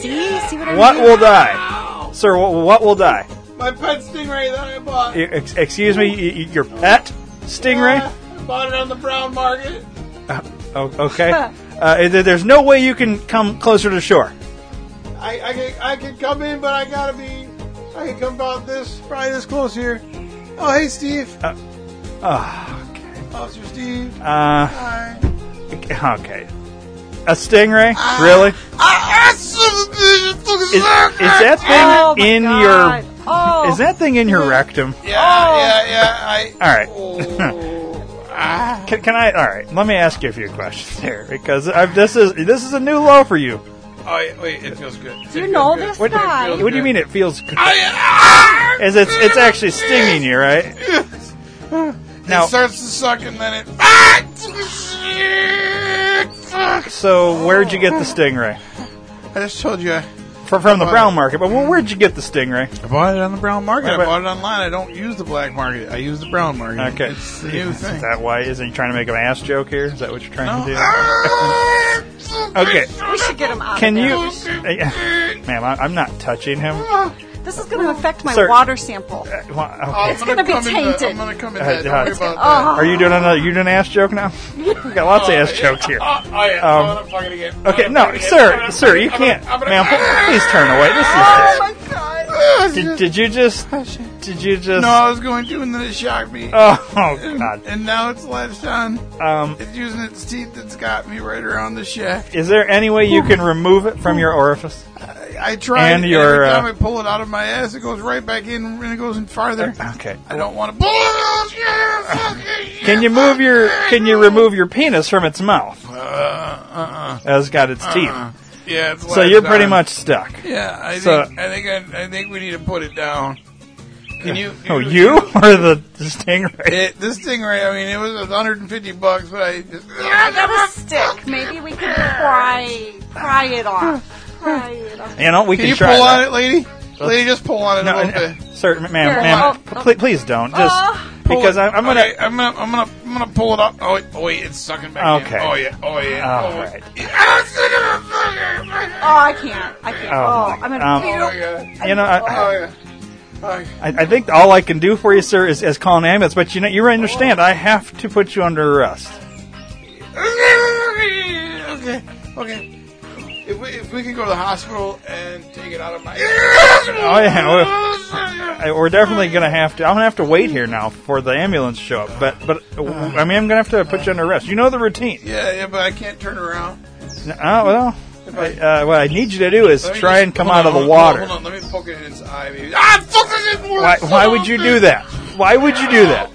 [SPEAKER 4] see, see what I
[SPEAKER 2] What
[SPEAKER 4] mean?
[SPEAKER 2] will die, sir? What, what will die?
[SPEAKER 6] My pet stingray that I bought.
[SPEAKER 2] E- ex- excuse me, y- y- your pet stingray.
[SPEAKER 6] I bought it on the brown market.
[SPEAKER 2] Oh, okay. Uh, there- there's no way you can come closer to shore.
[SPEAKER 6] I I could, I could come in, but I gotta be. I could come about this probably this close here. Oh hey Steve,
[SPEAKER 2] Uh, Oh,
[SPEAKER 6] Officer Steve.
[SPEAKER 2] uh,
[SPEAKER 6] Hi.
[SPEAKER 2] okay. A stingray?
[SPEAKER 4] Ah.
[SPEAKER 2] Really? Is, is that
[SPEAKER 4] Oh,
[SPEAKER 2] thing
[SPEAKER 4] my
[SPEAKER 2] in
[SPEAKER 4] God.
[SPEAKER 2] your?
[SPEAKER 4] Oh.
[SPEAKER 2] Is that thing in your rectum?
[SPEAKER 6] Yeah, yeah, yeah. I.
[SPEAKER 2] Oh. All right.
[SPEAKER 6] Oh, ah.
[SPEAKER 2] Can, can I? All right. Let me ask you a few questions here because I've, this is this is a new low for you.
[SPEAKER 6] Oh, wait, wait, it feels good.
[SPEAKER 4] Do you know this
[SPEAKER 2] What,
[SPEAKER 4] guy?
[SPEAKER 2] what do you mean it feels? good?
[SPEAKER 6] I, ah!
[SPEAKER 2] Is it's it's actually stinging you, right? Now-
[SPEAKER 6] it starts to suck and then it. Ah! Shit! Fuck!
[SPEAKER 2] So where'd you get the stingray?
[SPEAKER 6] I just told you I,
[SPEAKER 2] From, from the brown market, but where'd you get the stingray?
[SPEAKER 6] I bought it on the brown market.
[SPEAKER 2] Yeah,
[SPEAKER 6] I
[SPEAKER 2] but-
[SPEAKER 6] bought it online. I don't use the black market. I use the brown market.
[SPEAKER 2] Okay.
[SPEAKER 6] It's the new
[SPEAKER 2] Is
[SPEAKER 6] thing. Ah!
[SPEAKER 2] that why? Isn't you trying to make an ass joke here? Is that what you're trying to do? Okay.
[SPEAKER 4] We should get him out.
[SPEAKER 2] Can
[SPEAKER 4] of
[SPEAKER 2] you,
[SPEAKER 4] there.
[SPEAKER 2] ma'am? I, I'm not touching him. Uh,
[SPEAKER 4] This is going to affect my
[SPEAKER 2] Sir.
[SPEAKER 4] water sample.
[SPEAKER 2] well,
[SPEAKER 6] Oh,
[SPEAKER 2] okay.
[SPEAKER 4] It's gonna be
[SPEAKER 6] come in the- I'm
[SPEAKER 4] tainted.
[SPEAKER 6] gonna come in
[SPEAKER 2] Uh,
[SPEAKER 6] that. Don't
[SPEAKER 2] uh,
[SPEAKER 6] worry
[SPEAKER 2] it's
[SPEAKER 6] about that.
[SPEAKER 4] Oh,
[SPEAKER 2] Are you doing another? You doing an ass joke now? We got lots of ass jokes here.
[SPEAKER 6] Oh, oh, yeah.
[SPEAKER 2] Um,
[SPEAKER 6] I'm gonna fucking get-
[SPEAKER 2] Okay,
[SPEAKER 6] I'm
[SPEAKER 2] no,
[SPEAKER 6] gonna
[SPEAKER 2] sir,
[SPEAKER 6] fucking-
[SPEAKER 2] sir, you
[SPEAKER 6] I'm gonna-
[SPEAKER 2] can't,
[SPEAKER 6] I'm gonna-
[SPEAKER 2] ma'am. pl- Please turn away.
[SPEAKER 4] oh
[SPEAKER 2] This
[SPEAKER 4] my god.
[SPEAKER 6] Ah,
[SPEAKER 2] is. Did, did you just? Did you just?
[SPEAKER 6] No, I was going to, and then it shocked me.
[SPEAKER 2] Oh, oh,
[SPEAKER 6] and,
[SPEAKER 2] God.
[SPEAKER 6] and now it's latched on.
[SPEAKER 2] Um,
[SPEAKER 6] It's using its teeth that's got me right around the shaft.
[SPEAKER 2] is there any way you can remove it from your orifice?
[SPEAKER 6] I, I tried,
[SPEAKER 2] And your,
[SPEAKER 6] every time
[SPEAKER 2] uh,
[SPEAKER 6] I pull it out of my ass, it goes right back in, and it goes in farther.
[SPEAKER 2] Okay.
[SPEAKER 6] I don't want to pull it out.
[SPEAKER 2] Can you move your? Can you remove your penis from its mouth?
[SPEAKER 6] Uh, uh,
[SPEAKER 2] It's got its
[SPEAKER 6] uh,
[SPEAKER 2] teeth,
[SPEAKER 6] uh. Yeah, it's
[SPEAKER 2] so you're
[SPEAKER 6] latched
[SPEAKER 2] pretty
[SPEAKER 6] on.
[SPEAKER 2] much stuck.
[SPEAKER 6] Yeah, I
[SPEAKER 2] So-
[SPEAKER 6] think I think I, I think we need to put it down. Can you?
[SPEAKER 2] Oh, you or the stingray?
[SPEAKER 6] It, this stingray, I mean, it was 150 bucks, but I just.
[SPEAKER 4] I got a stick. Maybe we can pry, pry it off. Pry it off.
[SPEAKER 2] You know, we can,
[SPEAKER 6] Can you pull
[SPEAKER 2] try
[SPEAKER 6] on
[SPEAKER 2] that.
[SPEAKER 6] it, lady? Lady, just pull on it a
[SPEAKER 2] No,
[SPEAKER 6] little
[SPEAKER 2] no,
[SPEAKER 6] bit.
[SPEAKER 2] sir, ma'am,
[SPEAKER 4] Here,
[SPEAKER 2] ma'am,
[SPEAKER 4] oh,
[SPEAKER 2] pl- please don't. Just
[SPEAKER 4] Oh.
[SPEAKER 2] because I, I'm gonna.
[SPEAKER 6] Okay, I'm gonna, I'm gonna, I'm gonna pull it up. Oh, wait, oh wait, it's sucking back
[SPEAKER 2] Okay.
[SPEAKER 6] in. Oh yeah, oh yeah.
[SPEAKER 2] All
[SPEAKER 6] oh,
[SPEAKER 2] right.
[SPEAKER 4] Oh, I can't. I can't.
[SPEAKER 2] Oh,
[SPEAKER 4] Oh,
[SPEAKER 2] my God.
[SPEAKER 4] I'm gonna.
[SPEAKER 2] Um,
[SPEAKER 4] puke.
[SPEAKER 6] Oh yeah.
[SPEAKER 2] You know, I, I-
[SPEAKER 6] Oh yeah. Oh, yeah.
[SPEAKER 2] I, I think all I can do for you, sir, is, is call an ambulance. But you know, you understand, I have to put you under arrest.
[SPEAKER 6] Okay, okay. If we, if we can go to the hospital and take it out of my. Oh
[SPEAKER 2] yeah, I, we're definitely going to have to. I'm going to have to wait here now for the ambulance to show up. But but uh, I mean, I'm going to have to put you under arrest. You know the routine.
[SPEAKER 6] Yeah, yeah, but I can't turn around.
[SPEAKER 2] Uh, well, I, uh, what I need you to do is
[SPEAKER 6] Let me
[SPEAKER 2] try
[SPEAKER 6] just-
[SPEAKER 2] and come
[SPEAKER 6] hold
[SPEAKER 2] out
[SPEAKER 6] on,
[SPEAKER 2] of the
[SPEAKER 6] hold on,
[SPEAKER 2] water.
[SPEAKER 6] Hold on, let me poke it in its eye. Maybe. Ah, fuck! I didn't work.
[SPEAKER 2] Why, why would you do that? Why would you do that?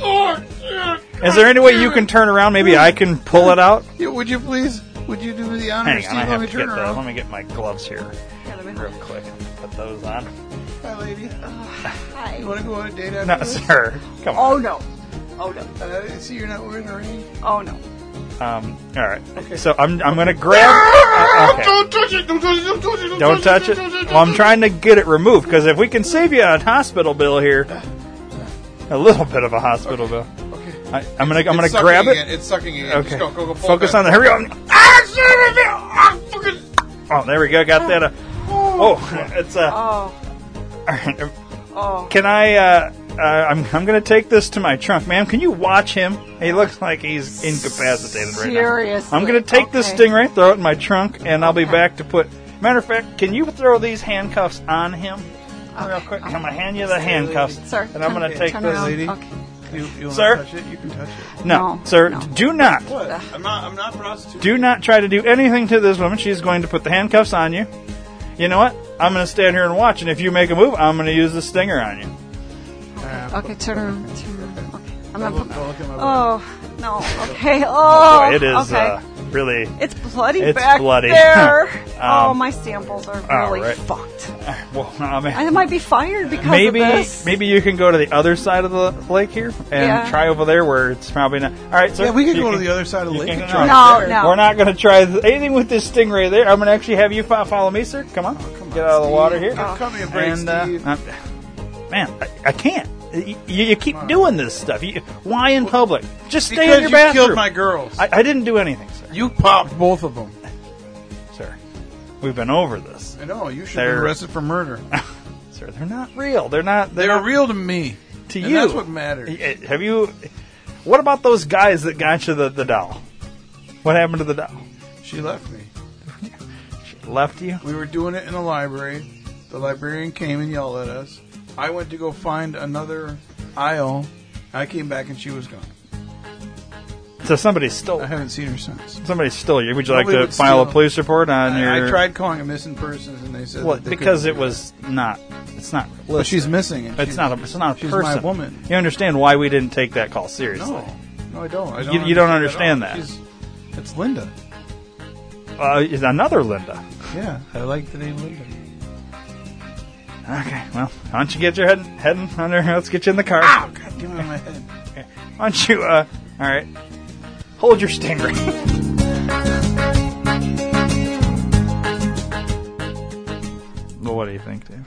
[SPEAKER 6] Oh, shit.
[SPEAKER 2] Is there any way you can turn around? Maybe I can pull it out.
[SPEAKER 6] Yeah, would you please? Would you do me the honor,
[SPEAKER 2] Hang
[SPEAKER 6] Steve?
[SPEAKER 2] on, I
[SPEAKER 6] let
[SPEAKER 2] have
[SPEAKER 6] me
[SPEAKER 2] to get
[SPEAKER 6] turn
[SPEAKER 2] the,
[SPEAKER 6] around.
[SPEAKER 2] let me get my gloves here
[SPEAKER 4] Here, let me
[SPEAKER 2] real quick. Put those on.
[SPEAKER 6] Hi, lady. You
[SPEAKER 4] Hi.
[SPEAKER 6] want to go on a date after
[SPEAKER 2] No,
[SPEAKER 6] this?
[SPEAKER 2] sir. Come on.
[SPEAKER 4] Oh no. Oh no.
[SPEAKER 6] Uh, see, you're not wearing a ring.
[SPEAKER 4] Oh no.
[SPEAKER 2] Um, all right. So I'm I'm gonna grab. uh, okay.
[SPEAKER 6] Don't touch it! Don't touch it! Don't touch it!
[SPEAKER 2] Don't touch it. Well, I'm trying to get it removed because if we can save you a hospital bill here, a little bit of a hospital bill.
[SPEAKER 6] Okay.
[SPEAKER 2] I, I'm gonna I'm gonna
[SPEAKER 6] it's sucking
[SPEAKER 2] grab it.
[SPEAKER 6] Again. It's sucking again.
[SPEAKER 2] Okay.
[SPEAKER 6] Just go, go, go, pull
[SPEAKER 2] Focus
[SPEAKER 6] it
[SPEAKER 2] on the hurry up.
[SPEAKER 6] Ah, shit, I feel- ah, fucking-
[SPEAKER 2] Oh, there we go. Got that. Uh, oh, it's a.
[SPEAKER 6] Ah.
[SPEAKER 2] Uh,
[SPEAKER 4] Oh.
[SPEAKER 2] all right.
[SPEAKER 4] Oh.
[SPEAKER 2] can I? Uh, uh, I'm I'm gonna take this to my trunk, ma'am. Can you watch him? He looks like he's incapacitated right now.
[SPEAKER 4] Seriously.
[SPEAKER 2] I'm gonna take this
[SPEAKER 4] Okay.
[SPEAKER 2] stingray, throw it in my trunk, and I'll be back to put. Matter of fact, can you throw these handcuffs on him real quick? I'm gonna hand you the handcuffs,
[SPEAKER 4] Oh, Sir,
[SPEAKER 2] and I'm
[SPEAKER 4] turn-
[SPEAKER 2] gonna take
[SPEAKER 4] turn
[SPEAKER 2] this.
[SPEAKER 4] around.
[SPEAKER 6] lady.
[SPEAKER 4] Okay.
[SPEAKER 6] You, you wanna
[SPEAKER 2] Sir?
[SPEAKER 6] touch it? You can touch it.
[SPEAKER 2] No,
[SPEAKER 4] No,
[SPEAKER 2] sir,
[SPEAKER 4] no.
[SPEAKER 2] do not,
[SPEAKER 6] What? I'm not. I'm not prostituting.
[SPEAKER 2] do not try to do anything to this woman. She's going to put the handcuffs on you. You know what? I'm gonna stand here and watch, and if you make a move, I'm gonna use the stinger on you.
[SPEAKER 4] Okay, turn around. Turn around. Okay. I'm gonna.
[SPEAKER 6] Don't
[SPEAKER 4] put-
[SPEAKER 6] look at my butt.
[SPEAKER 4] Oh no. Okay. Oh.
[SPEAKER 2] Boy, it is
[SPEAKER 4] Okay.
[SPEAKER 2] uh, really.
[SPEAKER 4] it's bloody
[SPEAKER 2] it's
[SPEAKER 4] back
[SPEAKER 2] bloody.
[SPEAKER 4] there. oh,
[SPEAKER 2] Um,
[SPEAKER 4] my samples are
[SPEAKER 2] all
[SPEAKER 4] really
[SPEAKER 2] right.
[SPEAKER 4] fucked.
[SPEAKER 2] Well, I mean,
[SPEAKER 4] I might be fired because
[SPEAKER 2] maybe
[SPEAKER 4] of this.
[SPEAKER 2] maybe you can go to the other side of the lake here and
[SPEAKER 4] Yeah.
[SPEAKER 2] try over there where it's probably not. All right, sir.
[SPEAKER 6] Yeah, we can
[SPEAKER 2] you
[SPEAKER 6] go to the other side of the
[SPEAKER 2] you
[SPEAKER 6] lake.
[SPEAKER 2] can
[SPEAKER 6] and
[SPEAKER 2] try.
[SPEAKER 4] No,
[SPEAKER 6] there.
[SPEAKER 4] no.
[SPEAKER 2] We're not going to try th- anything with this stingray there. I'm going to actually have you fo- follow me, sir. Come on,
[SPEAKER 6] Oh, Come
[SPEAKER 2] get out
[SPEAKER 6] on,
[SPEAKER 2] of the
[SPEAKER 6] Steve.
[SPEAKER 2] water here.
[SPEAKER 6] Give- Cut me a break,
[SPEAKER 2] and uh,
[SPEAKER 6] Steve.
[SPEAKER 2] I'm- man, I, I can't. You, you keep doing this stuff. You, why in public? Just stay
[SPEAKER 6] because
[SPEAKER 2] in your
[SPEAKER 6] you
[SPEAKER 2] bathroom.
[SPEAKER 6] killed my girls.
[SPEAKER 2] I, I didn't do anything, sir.
[SPEAKER 6] you popped both of them.
[SPEAKER 2] Sir, we've been over this.
[SPEAKER 6] I know. You should be
[SPEAKER 2] They're-
[SPEAKER 6] arrested for murder.
[SPEAKER 2] Sir, they're not real. They're not. They're,
[SPEAKER 6] They are
[SPEAKER 2] not
[SPEAKER 6] real to me.
[SPEAKER 2] to
[SPEAKER 6] and
[SPEAKER 2] you.
[SPEAKER 6] That's what matters.
[SPEAKER 2] Eh, Have you? What about those guys that got you the, the doll? What happened to the doll?
[SPEAKER 6] She left me.
[SPEAKER 2] She left you.
[SPEAKER 6] We were doing it in the library. The librarian came and yelled at us. I went to go find another aisle. I came back and she was gone.
[SPEAKER 2] So somebody stole.
[SPEAKER 6] I haven't seen her since.
[SPEAKER 2] Somebody stole you. Would you like to
[SPEAKER 6] Nobody Uh-huh. would
[SPEAKER 2] file a
[SPEAKER 6] steal.
[SPEAKER 2] police report on
[SPEAKER 6] I,
[SPEAKER 2] your?
[SPEAKER 6] I tried calling a missing persons and they said
[SPEAKER 2] Well,
[SPEAKER 6] that they
[SPEAKER 2] because it
[SPEAKER 6] couldn't do
[SPEAKER 2] was not. It's not.
[SPEAKER 6] But she's missing. and
[SPEAKER 2] It's
[SPEAKER 6] she-
[SPEAKER 2] not a. It's not a
[SPEAKER 6] she's my
[SPEAKER 2] person.
[SPEAKER 6] woman.
[SPEAKER 2] You understand why we didn't take that call seriously?
[SPEAKER 6] No, no, I don't. I don't
[SPEAKER 2] You- you don't
[SPEAKER 6] at
[SPEAKER 2] understand
[SPEAKER 6] all. She's, it's Linda.
[SPEAKER 2] Uh, is another Linda.
[SPEAKER 6] Yeah, I like the name Linda.
[SPEAKER 2] Okay. Well, why don't you get your head heading under? Let's get you in the car.
[SPEAKER 6] God damn it, my head.
[SPEAKER 2] Okay. Why don't you, uh, alright. Hold your stinger. well, what do you think, Dave?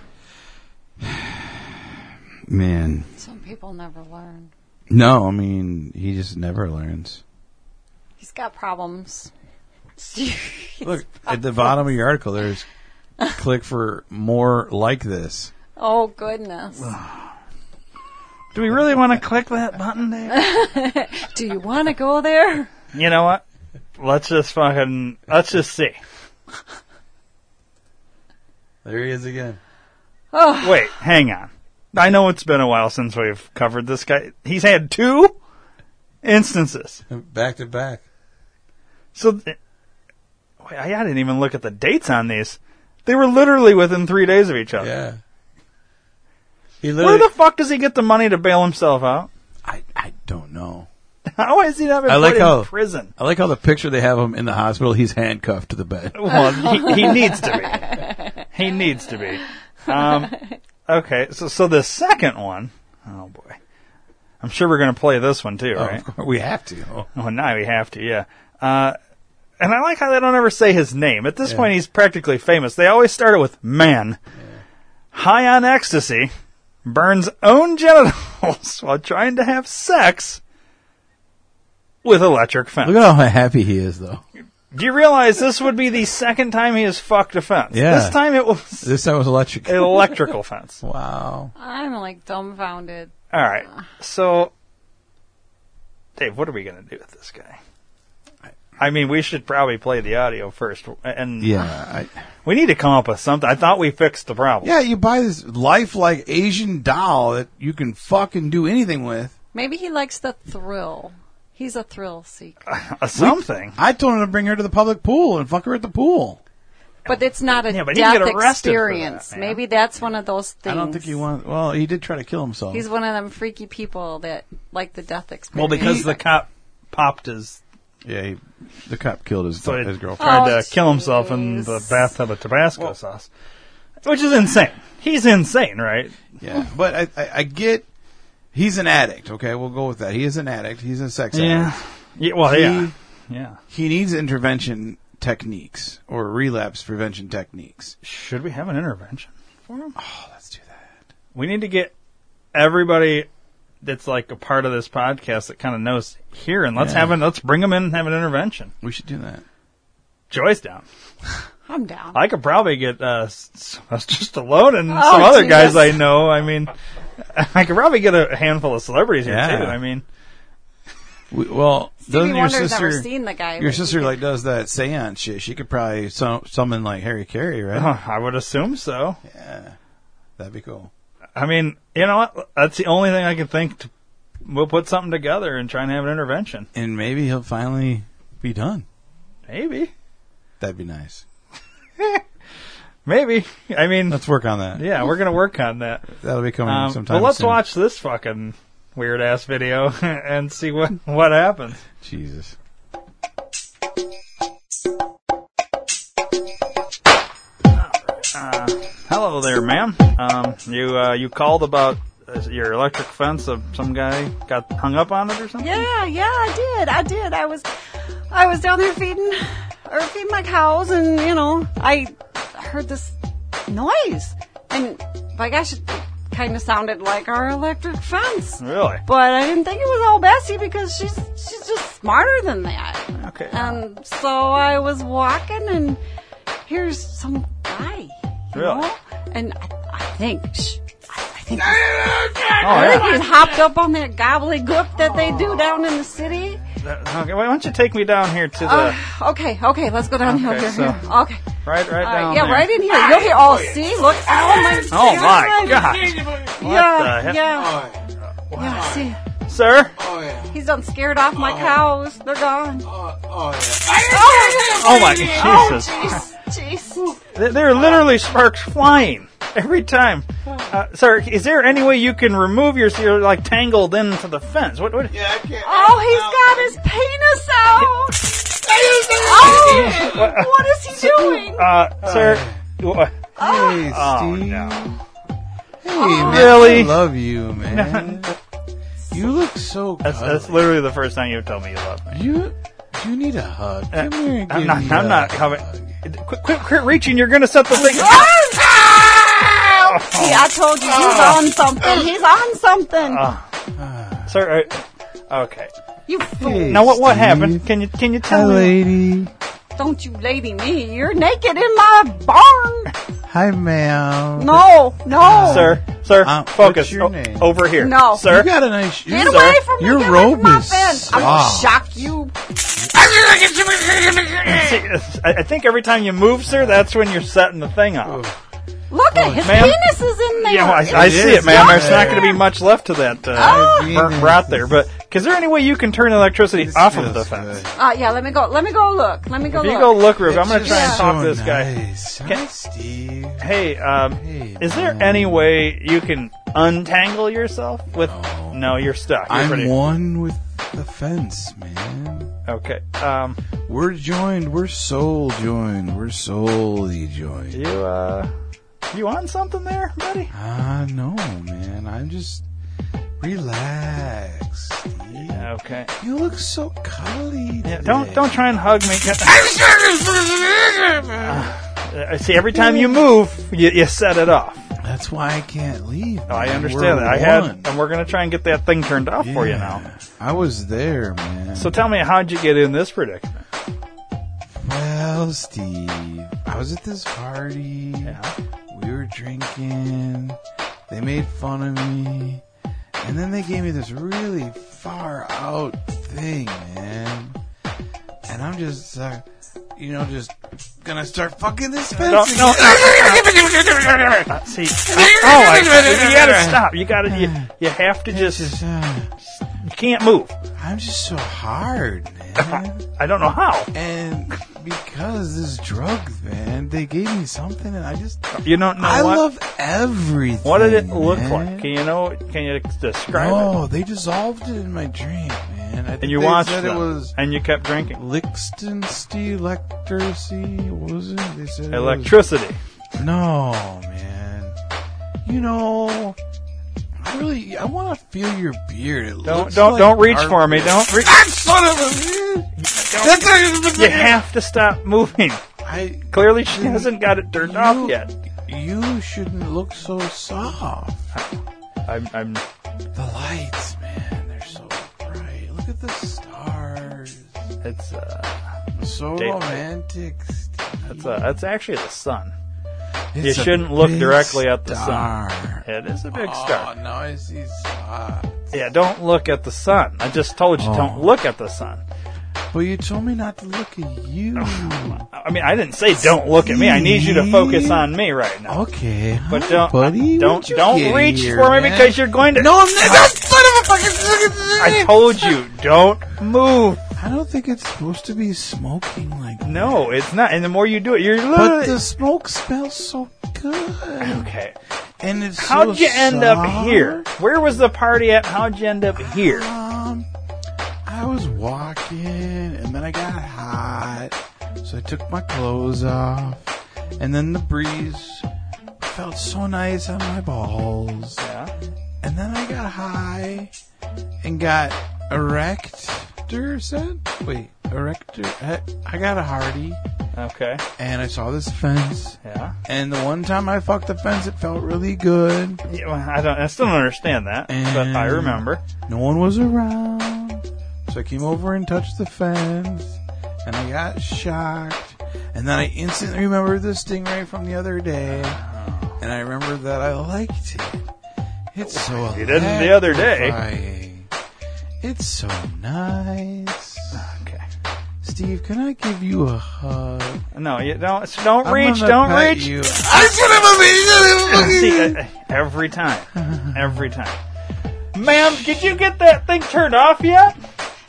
[SPEAKER 3] Man,
[SPEAKER 5] Some people never learn.
[SPEAKER 3] no, I mean he just never learns.
[SPEAKER 4] He's got problems.
[SPEAKER 3] Look at the bottom of your article. There's click for more like this.
[SPEAKER 4] Oh goodness.
[SPEAKER 2] Do we really want to click that button, Dave?
[SPEAKER 4] Do you want to go there?
[SPEAKER 2] You know what? Let's just fucking, let's just see.
[SPEAKER 3] There he is again.
[SPEAKER 2] Wait, hang on. I know it's been a while since we've covered this guy. He's had two instances.
[SPEAKER 3] Back to back.
[SPEAKER 2] So, th- wait, I I didn't even look at the dates on these. They were literally within three days of each other.
[SPEAKER 3] Yeah. He
[SPEAKER 2] Where
[SPEAKER 3] literally.
[SPEAKER 2] the fuck does he get the money to bail himself out?
[SPEAKER 3] I I don't know.
[SPEAKER 2] How has he not been
[SPEAKER 3] I
[SPEAKER 2] put
[SPEAKER 3] like
[SPEAKER 2] in
[SPEAKER 3] how-
[SPEAKER 2] prison?
[SPEAKER 3] I like how the picture they have him in the hospital. He's handcuffed to the bed.
[SPEAKER 2] Well, he, he needs to be. He needs to be. Um, okay, so so the second one, oh boy, I'm sure we're gonna play this one too,
[SPEAKER 3] Oh,
[SPEAKER 2] right?
[SPEAKER 3] of course, we have to.
[SPEAKER 2] Well, now we have to, yeah. Uh, and I like how they don't ever say his name. At this
[SPEAKER 3] Yeah.
[SPEAKER 2] point, he's practically famous. They always start it with man. High on ecstasy, burns own genitals while trying to have sex with electric fence.
[SPEAKER 3] Look at how happy he is, though.
[SPEAKER 2] Do you realize this would be the second time he has fucked a fence?
[SPEAKER 3] Yeah.
[SPEAKER 2] This time it was
[SPEAKER 3] This time was electric.
[SPEAKER 2] an electrical fence.
[SPEAKER 3] Wow.
[SPEAKER 5] I'm like dumbfounded.
[SPEAKER 2] All right. So, Dave, what are we going to do with this guy? I mean, we should probably play the audio first, and
[SPEAKER 3] Yeah. I,
[SPEAKER 2] we need to come up with something. I thought we fixed the problem.
[SPEAKER 3] yeah. You buy this lifelike Asian doll that you can fucking do anything with.
[SPEAKER 4] Maybe he likes the thrill. He's a thrill seeker.
[SPEAKER 2] Uh, something.
[SPEAKER 3] I told him to bring her to the public pool and fuck her at the pool.
[SPEAKER 4] But it's not a
[SPEAKER 2] Yeah, but he'd
[SPEAKER 4] death
[SPEAKER 2] get arrested for that,
[SPEAKER 4] experience.
[SPEAKER 2] man.
[SPEAKER 4] Maybe that's one of those things.
[SPEAKER 3] I don't think he want. Well, he did try to kill himself.
[SPEAKER 4] He's one of them freaky people that like the death experience.
[SPEAKER 2] Well, because the cop popped his
[SPEAKER 3] yeah. He, the cop killed his
[SPEAKER 2] so he
[SPEAKER 3] his girlfriend.
[SPEAKER 2] tried
[SPEAKER 4] Oh,
[SPEAKER 2] to kill himself in
[SPEAKER 4] jeez.
[SPEAKER 2] the bathtub of Tabasco sauce, which is insane. He's insane, right?
[SPEAKER 3] Yeah, but I, I, I get. He's an addict. Okay, we'll go with that. He is an addict. He's a sex addict.
[SPEAKER 2] yeah well,
[SPEAKER 3] He-
[SPEAKER 2] yeah, yeah.
[SPEAKER 3] He needs intervention techniques or relapse prevention techniques.
[SPEAKER 2] Should we have an intervention for him?
[SPEAKER 3] Oh, let's do that.
[SPEAKER 2] We need to get everybody that's like a part of this podcast that kind of knows here, and let's
[SPEAKER 3] Yeah.
[SPEAKER 2] have an let's bring them in and have an intervention.
[SPEAKER 3] We should do that.
[SPEAKER 2] Joy's down.
[SPEAKER 4] I'm down.
[SPEAKER 2] I could probably get uh, Sylvester Stallone and
[SPEAKER 4] Oh,
[SPEAKER 2] some other
[SPEAKER 4] Jesus.
[SPEAKER 2] guys I know. I mean, I could probably get a handful of celebrities here
[SPEAKER 3] Yeah.
[SPEAKER 2] too. I mean,
[SPEAKER 3] We, well,
[SPEAKER 4] Stevie
[SPEAKER 3] doesn't your
[SPEAKER 4] Wonder's
[SPEAKER 3] sister?
[SPEAKER 4] never seen the guy.
[SPEAKER 3] Your
[SPEAKER 4] but
[SPEAKER 3] sister
[SPEAKER 4] he-
[SPEAKER 3] like does that seance shit. She could probably sum, summon like Harry Carey, right?
[SPEAKER 2] uh, I would assume so.
[SPEAKER 3] Yeah, that'd be cool.
[SPEAKER 2] I mean, you know what? That's the only thing I can think. To, we'll put something together and try and have an intervention.
[SPEAKER 3] And maybe he'll finally be done.
[SPEAKER 2] Maybe,
[SPEAKER 3] That'd be nice.
[SPEAKER 2] maybe. I mean,
[SPEAKER 3] Let's work on that.
[SPEAKER 2] yeah, we're gonna work on that.
[SPEAKER 3] That'll be coming
[SPEAKER 2] Um,
[SPEAKER 3] sometime.
[SPEAKER 2] well, let's
[SPEAKER 3] soon.
[SPEAKER 2] watch this fucking weird ass video and see what what happens.
[SPEAKER 3] Jesus.
[SPEAKER 2] Hello there, ma'am. Um, you uh, you called about uh, your electric fence. Of some guy got hung up on it or something.
[SPEAKER 4] Yeah, yeah, I did. I did. I was, I was down there feeding, or feeding my cows, and you know, I heard this noise, and by gosh, it kind of sounded like our electric fence.
[SPEAKER 2] Really?
[SPEAKER 4] But I didn't think it was all Bessie because she's she's just smarter than that.
[SPEAKER 2] Okay.
[SPEAKER 4] And so I was walking, and here's some guy. You
[SPEAKER 2] Really?
[SPEAKER 4] Know? And I, I think. Shh, I I think
[SPEAKER 2] Oh,
[SPEAKER 4] I think he's hopped up on that gobbledygook that they do down in the city.
[SPEAKER 2] That- okay. Why don't you take me down here to the
[SPEAKER 4] Uh, okay, okay, let's go downhill
[SPEAKER 2] Okay,
[SPEAKER 4] here.
[SPEAKER 2] so-
[SPEAKER 4] here. Okay.
[SPEAKER 2] right, right down
[SPEAKER 4] All right, Uh, yeah,
[SPEAKER 2] there.
[SPEAKER 4] right in here. You'll hear all see. Look. Oh my god.
[SPEAKER 2] Oh my God,
[SPEAKER 4] yeah,
[SPEAKER 2] the heck?
[SPEAKER 4] yeah.
[SPEAKER 6] Oh, yeah.
[SPEAKER 4] Yeah, see.
[SPEAKER 2] sir!
[SPEAKER 6] Oh, yeah.
[SPEAKER 4] He's done scared off my cows. They're gone.
[SPEAKER 6] Oh, oh, yeah.
[SPEAKER 2] Oh my Jesus!
[SPEAKER 4] Jeez, jeez.
[SPEAKER 2] Th- There are literally sparks flying every time. Uh, sir, is there any way you can remove your? You're like tangled into the fence. What? what
[SPEAKER 6] Yeah, I can't.
[SPEAKER 4] Oh, he's got his penis out. Oh, what is he doing?
[SPEAKER 2] Uh, sir. wha-
[SPEAKER 3] Hey,
[SPEAKER 2] Oh
[SPEAKER 3] Steve.
[SPEAKER 2] no! Oh,
[SPEAKER 3] Hey, man,
[SPEAKER 2] Really?
[SPEAKER 3] I love you, man. you You look so
[SPEAKER 2] That's, that's
[SPEAKER 3] cuddly.
[SPEAKER 2] literally the first time you've told me you love me.
[SPEAKER 3] You you need a hug.
[SPEAKER 2] Uh,
[SPEAKER 3] Come here and
[SPEAKER 2] I'm
[SPEAKER 3] give
[SPEAKER 2] not.
[SPEAKER 3] me
[SPEAKER 2] I'm
[SPEAKER 3] a
[SPEAKER 2] not
[SPEAKER 3] hug.
[SPEAKER 2] coming. Quit, quit, quit reaching. You're gonna set the thing.
[SPEAKER 3] Ah!
[SPEAKER 4] See, I told you he's
[SPEAKER 2] Oh.
[SPEAKER 4] on something. He's on something.
[SPEAKER 2] Uh, Sir, uh, okay.
[SPEAKER 4] You fool.
[SPEAKER 2] Now what? What happened? Can you can you
[SPEAKER 3] Hi,
[SPEAKER 2] tell me?
[SPEAKER 3] lady.
[SPEAKER 4] Don't you lady me. You're naked in my barn.
[SPEAKER 3] Hi, ma'am.
[SPEAKER 4] No, no.
[SPEAKER 2] Sir, sir,
[SPEAKER 3] Uh,
[SPEAKER 2] focus.
[SPEAKER 3] what's your
[SPEAKER 2] O-
[SPEAKER 3] name?
[SPEAKER 2] over here.
[SPEAKER 4] No.
[SPEAKER 3] You
[SPEAKER 2] sir.
[SPEAKER 3] got a nice.
[SPEAKER 4] Get
[SPEAKER 3] you-
[SPEAKER 4] away from me.
[SPEAKER 3] Your
[SPEAKER 4] Get away
[SPEAKER 3] robe
[SPEAKER 4] from my
[SPEAKER 3] is
[SPEAKER 4] fence. I'm gonna
[SPEAKER 3] soft.
[SPEAKER 4] shock you.
[SPEAKER 2] I I think every time you move, sir, that's when you're setting the thing up.
[SPEAKER 4] Look at his
[SPEAKER 2] ma'am.
[SPEAKER 4] penis is in there.
[SPEAKER 2] Yeah, well, I, I
[SPEAKER 3] It
[SPEAKER 2] see
[SPEAKER 3] is
[SPEAKER 2] it, ma'am.
[SPEAKER 3] down
[SPEAKER 2] There's not
[SPEAKER 3] there.
[SPEAKER 2] going to be much left to that
[SPEAKER 4] Oh.
[SPEAKER 2] uh, burnt rot there. But is there any way you can turn electricity
[SPEAKER 3] This
[SPEAKER 2] off of the
[SPEAKER 3] feels
[SPEAKER 2] fence?
[SPEAKER 3] good.
[SPEAKER 4] Uh, yeah, let me go. Let me go look. Let me go
[SPEAKER 2] If
[SPEAKER 4] look.
[SPEAKER 2] you go look, Rube, I'm going to
[SPEAKER 3] It's
[SPEAKER 2] try and
[SPEAKER 3] just
[SPEAKER 2] talk
[SPEAKER 3] so
[SPEAKER 2] to this guy.
[SPEAKER 3] nice. Hi,
[SPEAKER 2] Can-
[SPEAKER 3] Steve.
[SPEAKER 2] Hey, um,
[SPEAKER 3] Hey,
[SPEAKER 2] is there
[SPEAKER 3] man.
[SPEAKER 2] any way you can untangle yourself with?
[SPEAKER 3] No.
[SPEAKER 2] No, you're stuck. You're
[SPEAKER 3] I'm
[SPEAKER 2] pretty-
[SPEAKER 3] one with the fence, man.
[SPEAKER 2] Okay. Um,
[SPEAKER 3] We're joined. We're soul joined. We're soully joined.
[SPEAKER 2] you uh, you on something there, buddy?
[SPEAKER 3] Ah, no, man. I'm just relax. Steve.
[SPEAKER 2] Okay.
[SPEAKER 3] You look so cuddly.
[SPEAKER 2] Yeah, don't don't try and hug me. I Uh, see. Every time you move, you, you set it off. Oh,
[SPEAKER 3] That's why I can't leave. man.
[SPEAKER 2] I
[SPEAKER 3] We're
[SPEAKER 2] understand that. I had,
[SPEAKER 3] one.
[SPEAKER 2] and we're gonna try and get that thing turned off for you now.
[SPEAKER 3] Yeah. I was there, man.
[SPEAKER 2] So tell me, how'd you get in this predicament?
[SPEAKER 3] well, Steve, I was at this party. We were drinking. They made fun of me. And then they gave me this really far out thing, man. And I'm just, uh, you know, just gonna start fucking this fence.
[SPEAKER 2] No,
[SPEAKER 3] again.
[SPEAKER 2] no, no, no. See, oh, I, you gotta stop. You gotta, you, you have to
[SPEAKER 3] Just,
[SPEAKER 2] just,
[SPEAKER 3] uh,
[SPEAKER 2] you can't move.
[SPEAKER 3] I'm just so hard, man.
[SPEAKER 2] I don't know how.
[SPEAKER 3] And because this drug, man, they gave me something, and I just
[SPEAKER 2] You don't know
[SPEAKER 3] I
[SPEAKER 2] what.
[SPEAKER 3] love everything.
[SPEAKER 2] what did it look
[SPEAKER 3] man.
[SPEAKER 2] like? Can you know? Can you describe it?
[SPEAKER 3] Oh, they dissolved it in my drink, man. I think
[SPEAKER 2] And you
[SPEAKER 3] they
[SPEAKER 2] watched
[SPEAKER 3] said
[SPEAKER 2] them,
[SPEAKER 3] it was
[SPEAKER 2] and you kept drinking
[SPEAKER 3] Lixtenstein electricity. What was it? They said it was-
[SPEAKER 2] electricity.
[SPEAKER 3] no, man. You know, I really I want to feel your beard. It
[SPEAKER 2] Don't
[SPEAKER 3] looks
[SPEAKER 2] don't
[SPEAKER 3] like
[SPEAKER 2] don't reach
[SPEAKER 3] garbage.
[SPEAKER 2] for me. Don't reach.
[SPEAKER 3] Son of a
[SPEAKER 2] You have to stop moving.
[SPEAKER 3] I
[SPEAKER 2] Clearly, she hasn't got it turned off
[SPEAKER 3] You-
[SPEAKER 2] yet.
[SPEAKER 3] You shouldn't look so soft.
[SPEAKER 2] I'm, I'm
[SPEAKER 3] The lights, man, they're so bright. Look at the stars.
[SPEAKER 2] it's uh,
[SPEAKER 3] So
[SPEAKER 2] Daylight.
[SPEAKER 3] romantic.
[SPEAKER 2] it's uh, it's actually the sun.
[SPEAKER 3] It's
[SPEAKER 2] You
[SPEAKER 3] a
[SPEAKER 2] shouldn't look
[SPEAKER 3] big
[SPEAKER 2] directly at the sun.
[SPEAKER 3] star.
[SPEAKER 2] It is a big
[SPEAKER 3] Oh,
[SPEAKER 2] star.
[SPEAKER 3] now I see stars.
[SPEAKER 2] Yeah, don't look at the sun. I just told you don't
[SPEAKER 3] Oh.
[SPEAKER 2] look at the sun.
[SPEAKER 3] But you told me not to look at you.
[SPEAKER 2] I mean, I didn't say don't look at me. I need you to focus on me right now.
[SPEAKER 3] okay,
[SPEAKER 2] But
[SPEAKER 3] hi,
[SPEAKER 2] don't
[SPEAKER 3] buddy.
[SPEAKER 2] don't
[SPEAKER 3] What'd you
[SPEAKER 2] don't
[SPEAKER 3] get
[SPEAKER 2] reach
[SPEAKER 3] here,
[SPEAKER 2] for me
[SPEAKER 3] man?
[SPEAKER 2] because you're going to.
[SPEAKER 3] No, I'm not. that Son of a fucking.
[SPEAKER 2] I told you don't move.
[SPEAKER 3] I don't think it's supposed to be smoking like.
[SPEAKER 2] No, it's not. And the more you do it, you're
[SPEAKER 3] But
[SPEAKER 2] literally
[SPEAKER 3] the smoke smells so good.
[SPEAKER 2] okay.
[SPEAKER 3] And it's
[SPEAKER 2] How'd
[SPEAKER 3] so
[SPEAKER 2] you end up
[SPEAKER 3] soft.
[SPEAKER 2] here? Where was the party at? How'd you end up here?
[SPEAKER 3] Um, I was walking and then I got hot, so I took my clothes off, and then the breeze felt so nice on my balls,
[SPEAKER 2] Yeah.
[SPEAKER 3] and then I got high and got erector said? Wait, erector? I I got a hardy,
[SPEAKER 2] Okay.
[SPEAKER 3] and I saw this fence.
[SPEAKER 2] Yeah.
[SPEAKER 3] And the one time I fucked the fence, it felt really good.
[SPEAKER 2] Yeah, well, I don't. I still don't understand that, but I
[SPEAKER 3] And-
[SPEAKER 2] remember.
[SPEAKER 3] No one was around. So I came over and touched the fence. And I got shocked. And then I instantly remembered the stingray from the other day.
[SPEAKER 2] Uh-huh.
[SPEAKER 3] And I remembered that I liked it. It's so
[SPEAKER 2] You didn't the other day.
[SPEAKER 3] electrifying. It's so nice.
[SPEAKER 2] Okay.
[SPEAKER 3] Steve, can I give you a hug?
[SPEAKER 2] No, you don't. so Don't
[SPEAKER 3] I'm
[SPEAKER 2] reach.
[SPEAKER 3] gonna
[SPEAKER 2] Don't
[SPEAKER 3] pet
[SPEAKER 2] reach.
[SPEAKER 3] You. I
[SPEAKER 2] See, uh, uh, every time. Every time. Ma'am, did you get that thing turned off yet?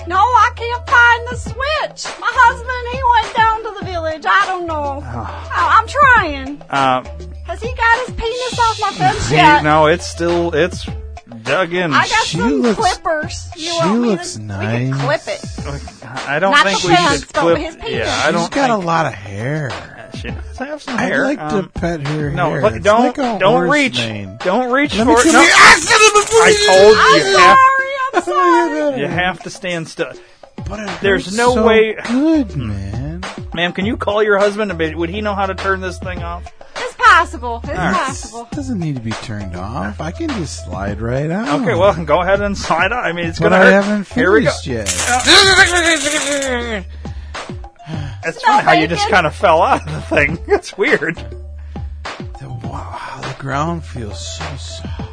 [SPEAKER 4] No, I can't find the switch. My husband, he went down to the village. I don't know.
[SPEAKER 3] Ah.
[SPEAKER 4] I- I'm trying.
[SPEAKER 2] Um,
[SPEAKER 4] Has he got his penis off my fence
[SPEAKER 2] he-
[SPEAKER 4] yet?
[SPEAKER 2] no, it's still it's dug in.
[SPEAKER 4] I got
[SPEAKER 3] She
[SPEAKER 4] some
[SPEAKER 3] looks-
[SPEAKER 4] clippers. You
[SPEAKER 3] she
[SPEAKER 4] want me
[SPEAKER 3] looks
[SPEAKER 4] to, We
[SPEAKER 3] nice.
[SPEAKER 4] can clip it.
[SPEAKER 2] I don't
[SPEAKER 4] Not
[SPEAKER 2] think
[SPEAKER 4] the
[SPEAKER 2] we
[SPEAKER 4] fence,
[SPEAKER 2] should
[SPEAKER 4] but
[SPEAKER 2] clip.
[SPEAKER 4] his penis.
[SPEAKER 2] yeah, I
[SPEAKER 3] She's
[SPEAKER 2] don't
[SPEAKER 3] got
[SPEAKER 2] think
[SPEAKER 3] a lot of hair.
[SPEAKER 2] she does have some
[SPEAKER 3] I'd
[SPEAKER 2] hair.
[SPEAKER 3] like
[SPEAKER 2] um,
[SPEAKER 3] to pet her
[SPEAKER 2] no,
[SPEAKER 3] hair.
[SPEAKER 2] but
[SPEAKER 3] It's
[SPEAKER 2] don't
[SPEAKER 3] like a
[SPEAKER 2] don't
[SPEAKER 3] horse
[SPEAKER 2] reach.
[SPEAKER 3] mane.
[SPEAKER 2] Don't reach
[SPEAKER 3] Let me
[SPEAKER 2] for it.
[SPEAKER 3] come
[SPEAKER 2] No,
[SPEAKER 3] here.
[SPEAKER 2] I told
[SPEAKER 4] I'm
[SPEAKER 2] you.
[SPEAKER 4] sorry. I'm I'm sorry.
[SPEAKER 2] You have to stand still.
[SPEAKER 3] But it
[SPEAKER 2] There's
[SPEAKER 3] hurts
[SPEAKER 2] no
[SPEAKER 3] so
[SPEAKER 2] way-
[SPEAKER 3] Good man.
[SPEAKER 2] Ma'am, can you call your husband? and be- Would he know how to turn this thing off?
[SPEAKER 4] It's possible. It's possible.
[SPEAKER 3] It doesn't need to be turned off. I can just slide right out.
[SPEAKER 2] Okay, well, go ahead and slide out. I mean, it's
[SPEAKER 3] but
[SPEAKER 2] gonna
[SPEAKER 3] Hmm. I
[SPEAKER 2] hurt.
[SPEAKER 3] haven't
[SPEAKER 2] Here we go.
[SPEAKER 3] finished yet.
[SPEAKER 2] It's funny how you
[SPEAKER 4] bacon.
[SPEAKER 2] just kind of fell out of the thing. It's weird.
[SPEAKER 3] The, wow, the ground feels so soft.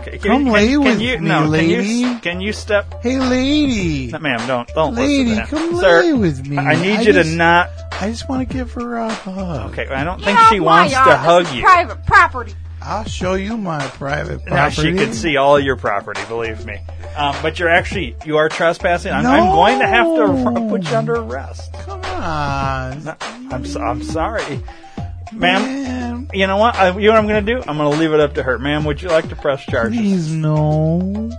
[SPEAKER 2] Okay, can
[SPEAKER 3] Come lay with me,
[SPEAKER 2] no, Can
[SPEAKER 3] lady.
[SPEAKER 2] you, can you step?
[SPEAKER 3] Hey, lady.
[SPEAKER 2] No, ma'am, don't don't
[SPEAKER 3] Lady,
[SPEAKER 2] listen to him.
[SPEAKER 3] come
[SPEAKER 2] Sir,
[SPEAKER 3] lay with me.
[SPEAKER 2] I need
[SPEAKER 3] I
[SPEAKER 2] you
[SPEAKER 3] just-
[SPEAKER 2] to not.
[SPEAKER 3] I just want to give her a hug.
[SPEAKER 2] Okay, I don't
[SPEAKER 4] Get
[SPEAKER 2] think
[SPEAKER 4] off
[SPEAKER 2] she
[SPEAKER 4] my
[SPEAKER 2] wants
[SPEAKER 4] yard.
[SPEAKER 2] to
[SPEAKER 4] This
[SPEAKER 2] hug
[SPEAKER 4] is
[SPEAKER 2] you.
[SPEAKER 4] Private property.
[SPEAKER 3] I'll show you my private
[SPEAKER 2] Now
[SPEAKER 3] property.
[SPEAKER 2] she could see all your property, believe me. Um, but you're actually you are trespassing. I'm, I'm
[SPEAKER 3] No.
[SPEAKER 2] going to have to ar- put you under arrest.
[SPEAKER 3] Come on.
[SPEAKER 2] No, I'm so, I'm sorry, ma'am.
[SPEAKER 3] Man,
[SPEAKER 2] You know what? I, you know what I'm going to do? I'm going to leave it up to her, ma'am. Would you like to press charges?
[SPEAKER 3] please no.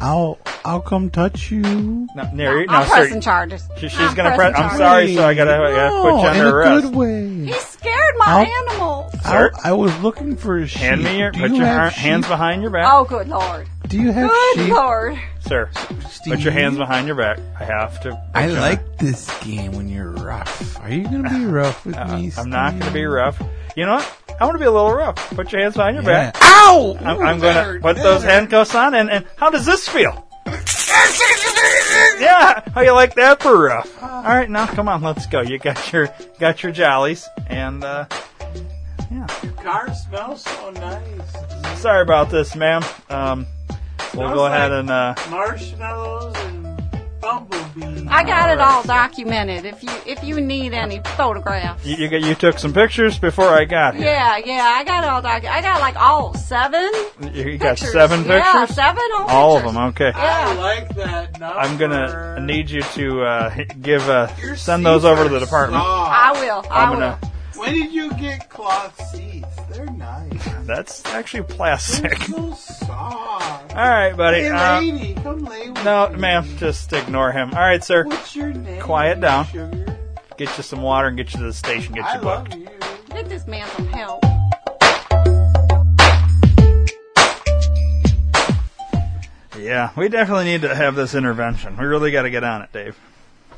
[SPEAKER 3] I'll I'll come touch you.
[SPEAKER 2] No, no, no,
[SPEAKER 4] I'm
[SPEAKER 2] sir.
[SPEAKER 4] pressing charges.
[SPEAKER 2] She- she's
[SPEAKER 4] I'm
[SPEAKER 2] gonna
[SPEAKER 4] pressing
[SPEAKER 2] press. I'm
[SPEAKER 4] charges.
[SPEAKER 2] sorry, so I gotta, I gotta
[SPEAKER 3] no,
[SPEAKER 2] put you
[SPEAKER 3] in a
[SPEAKER 2] under arrest.
[SPEAKER 3] good way.
[SPEAKER 4] He scared my
[SPEAKER 3] I'll-
[SPEAKER 4] animals.
[SPEAKER 2] Sir?
[SPEAKER 3] I, I was looking for a sheep.
[SPEAKER 2] Hand me your,
[SPEAKER 3] Do
[SPEAKER 2] put
[SPEAKER 3] you
[SPEAKER 2] your
[SPEAKER 3] have
[SPEAKER 2] har-
[SPEAKER 3] sheep?
[SPEAKER 2] hands behind your back,
[SPEAKER 4] Oh, good lord.
[SPEAKER 3] Do you have
[SPEAKER 4] Good
[SPEAKER 3] sheep?
[SPEAKER 4] lord.
[SPEAKER 2] sir. Put your
[SPEAKER 3] Steve?
[SPEAKER 2] hands behind your back. I have to. put
[SPEAKER 3] I
[SPEAKER 2] you under-
[SPEAKER 3] like this game when you're rough. Are you gonna be rough with me?
[SPEAKER 2] I'm not gonna be rough. You know what? I want to be a little rough. Put your hands behind your
[SPEAKER 3] Yeah.
[SPEAKER 2] back.
[SPEAKER 3] Ow!
[SPEAKER 2] I'm, I'm gonna put those handcuffs on, and, and how does this feel? Yeah, how you like that for rough? All right, now come on, let's go. You got your got your jollies, and uh, yeah.
[SPEAKER 6] Car smells so nice.
[SPEAKER 2] Sorry about this, ma'am. Um, we'll go
[SPEAKER 6] Smells
[SPEAKER 2] ahead
[SPEAKER 6] like-
[SPEAKER 2] and uh,
[SPEAKER 6] Marshmallows and bumblebees.
[SPEAKER 4] I got it all documented. If you if you need any photographs.
[SPEAKER 2] you, you, got- you took some pictures before I got here.
[SPEAKER 4] Yeah, yeah, I got it all documented. I got like all seven.
[SPEAKER 2] You got
[SPEAKER 4] pictures.
[SPEAKER 2] seven
[SPEAKER 4] Yeah,
[SPEAKER 2] pictures?
[SPEAKER 4] seven all,
[SPEAKER 2] All of
[SPEAKER 4] pictures.
[SPEAKER 2] them, okay.
[SPEAKER 6] I
[SPEAKER 4] Yeah.
[SPEAKER 6] like that. Number.
[SPEAKER 2] I'm gonna need you to uh, give uh,
[SPEAKER 6] Your Oh.
[SPEAKER 2] send those
[SPEAKER 6] seats
[SPEAKER 2] over to
[SPEAKER 6] are
[SPEAKER 2] the department.
[SPEAKER 4] I
[SPEAKER 6] soft.
[SPEAKER 4] will. I
[SPEAKER 2] I'm
[SPEAKER 4] will.
[SPEAKER 2] gonna.
[SPEAKER 6] When did you get cloth seats? They're nice.
[SPEAKER 2] That's actually plastic.
[SPEAKER 6] so soft.
[SPEAKER 2] All right, buddy.
[SPEAKER 6] Hey,
[SPEAKER 2] Uh,
[SPEAKER 6] lady, come lay with
[SPEAKER 2] no,
[SPEAKER 6] me.
[SPEAKER 2] ma'am, just ignore him. All right, sir.
[SPEAKER 6] What's your name?
[SPEAKER 2] Quiet down.
[SPEAKER 6] Sugar?
[SPEAKER 2] Get you some water and get you to the station. Get
[SPEAKER 6] I
[SPEAKER 2] you booked.
[SPEAKER 6] love you.
[SPEAKER 4] Get this man some help.
[SPEAKER 2] Yeah, we definitely need to have this intervention. We really got to get on it, Dave.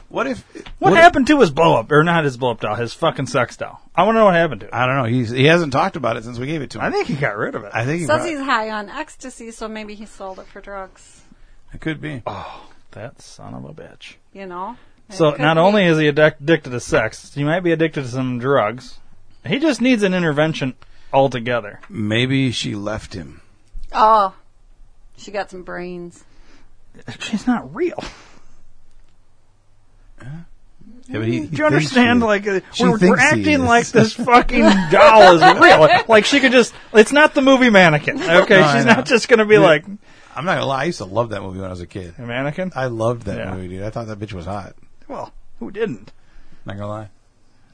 [SPEAKER 3] What if?
[SPEAKER 2] What, happened to his blow up, or not his blow up doll, his fucking sex doll? I want to know what happened to it.
[SPEAKER 3] I don't know. He's he hasn't talked about it since we gave it to him.
[SPEAKER 2] I think he got rid of it.
[SPEAKER 3] I think he
[SPEAKER 4] Says
[SPEAKER 3] brought-
[SPEAKER 4] he's high on ecstasy, so maybe he sold it for drugs.
[SPEAKER 3] it could be.
[SPEAKER 2] That son of a bitch.
[SPEAKER 4] You know. It
[SPEAKER 2] So
[SPEAKER 4] could
[SPEAKER 2] not
[SPEAKER 4] be.
[SPEAKER 2] only is he addic- addicted to sex, he might be addicted to some drugs. He just needs an intervention altogether.
[SPEAKER 3] Maybe she left him.
[SPEAKER 4] Oh, she got some brains.
[SPEAKER 2] She's not real.
[SPEAKER 3] Yeah, but he,
[SPEAKER 2] Do you understand? Like uh,
[SPEAKER 3] She
[SPEAKER 2] we're, we're
[SPEAKER 3] thinks he
[SPEAKER 2] acting
[SPEAKER 3] is.
[SPEAKER 2] like this fucking doll is real. Like she could just—it's not the movie mannequin. Okay,
[SPEAKER 3] No, I
[SPEAKER 2] she's
[SPEAKER 3] know.
[SPEAKER 2] not just going to be
[SPEAKER 3] Yeah.
[SPEAKER 2] like
[SPEAKER 3] I'm not gonna lie. I used to love that movie when I was a kid.
[SPEAKER 2] a mannequin.
[SPEAKER 3] I loved that
[SPEAKER 2] Yeah.
[SPEAKER 3] movie, dude. I thought that bitch was hot.
[SPEAKER 2] Well, who didn't?
[SPEAKER 3] Not gonna lie.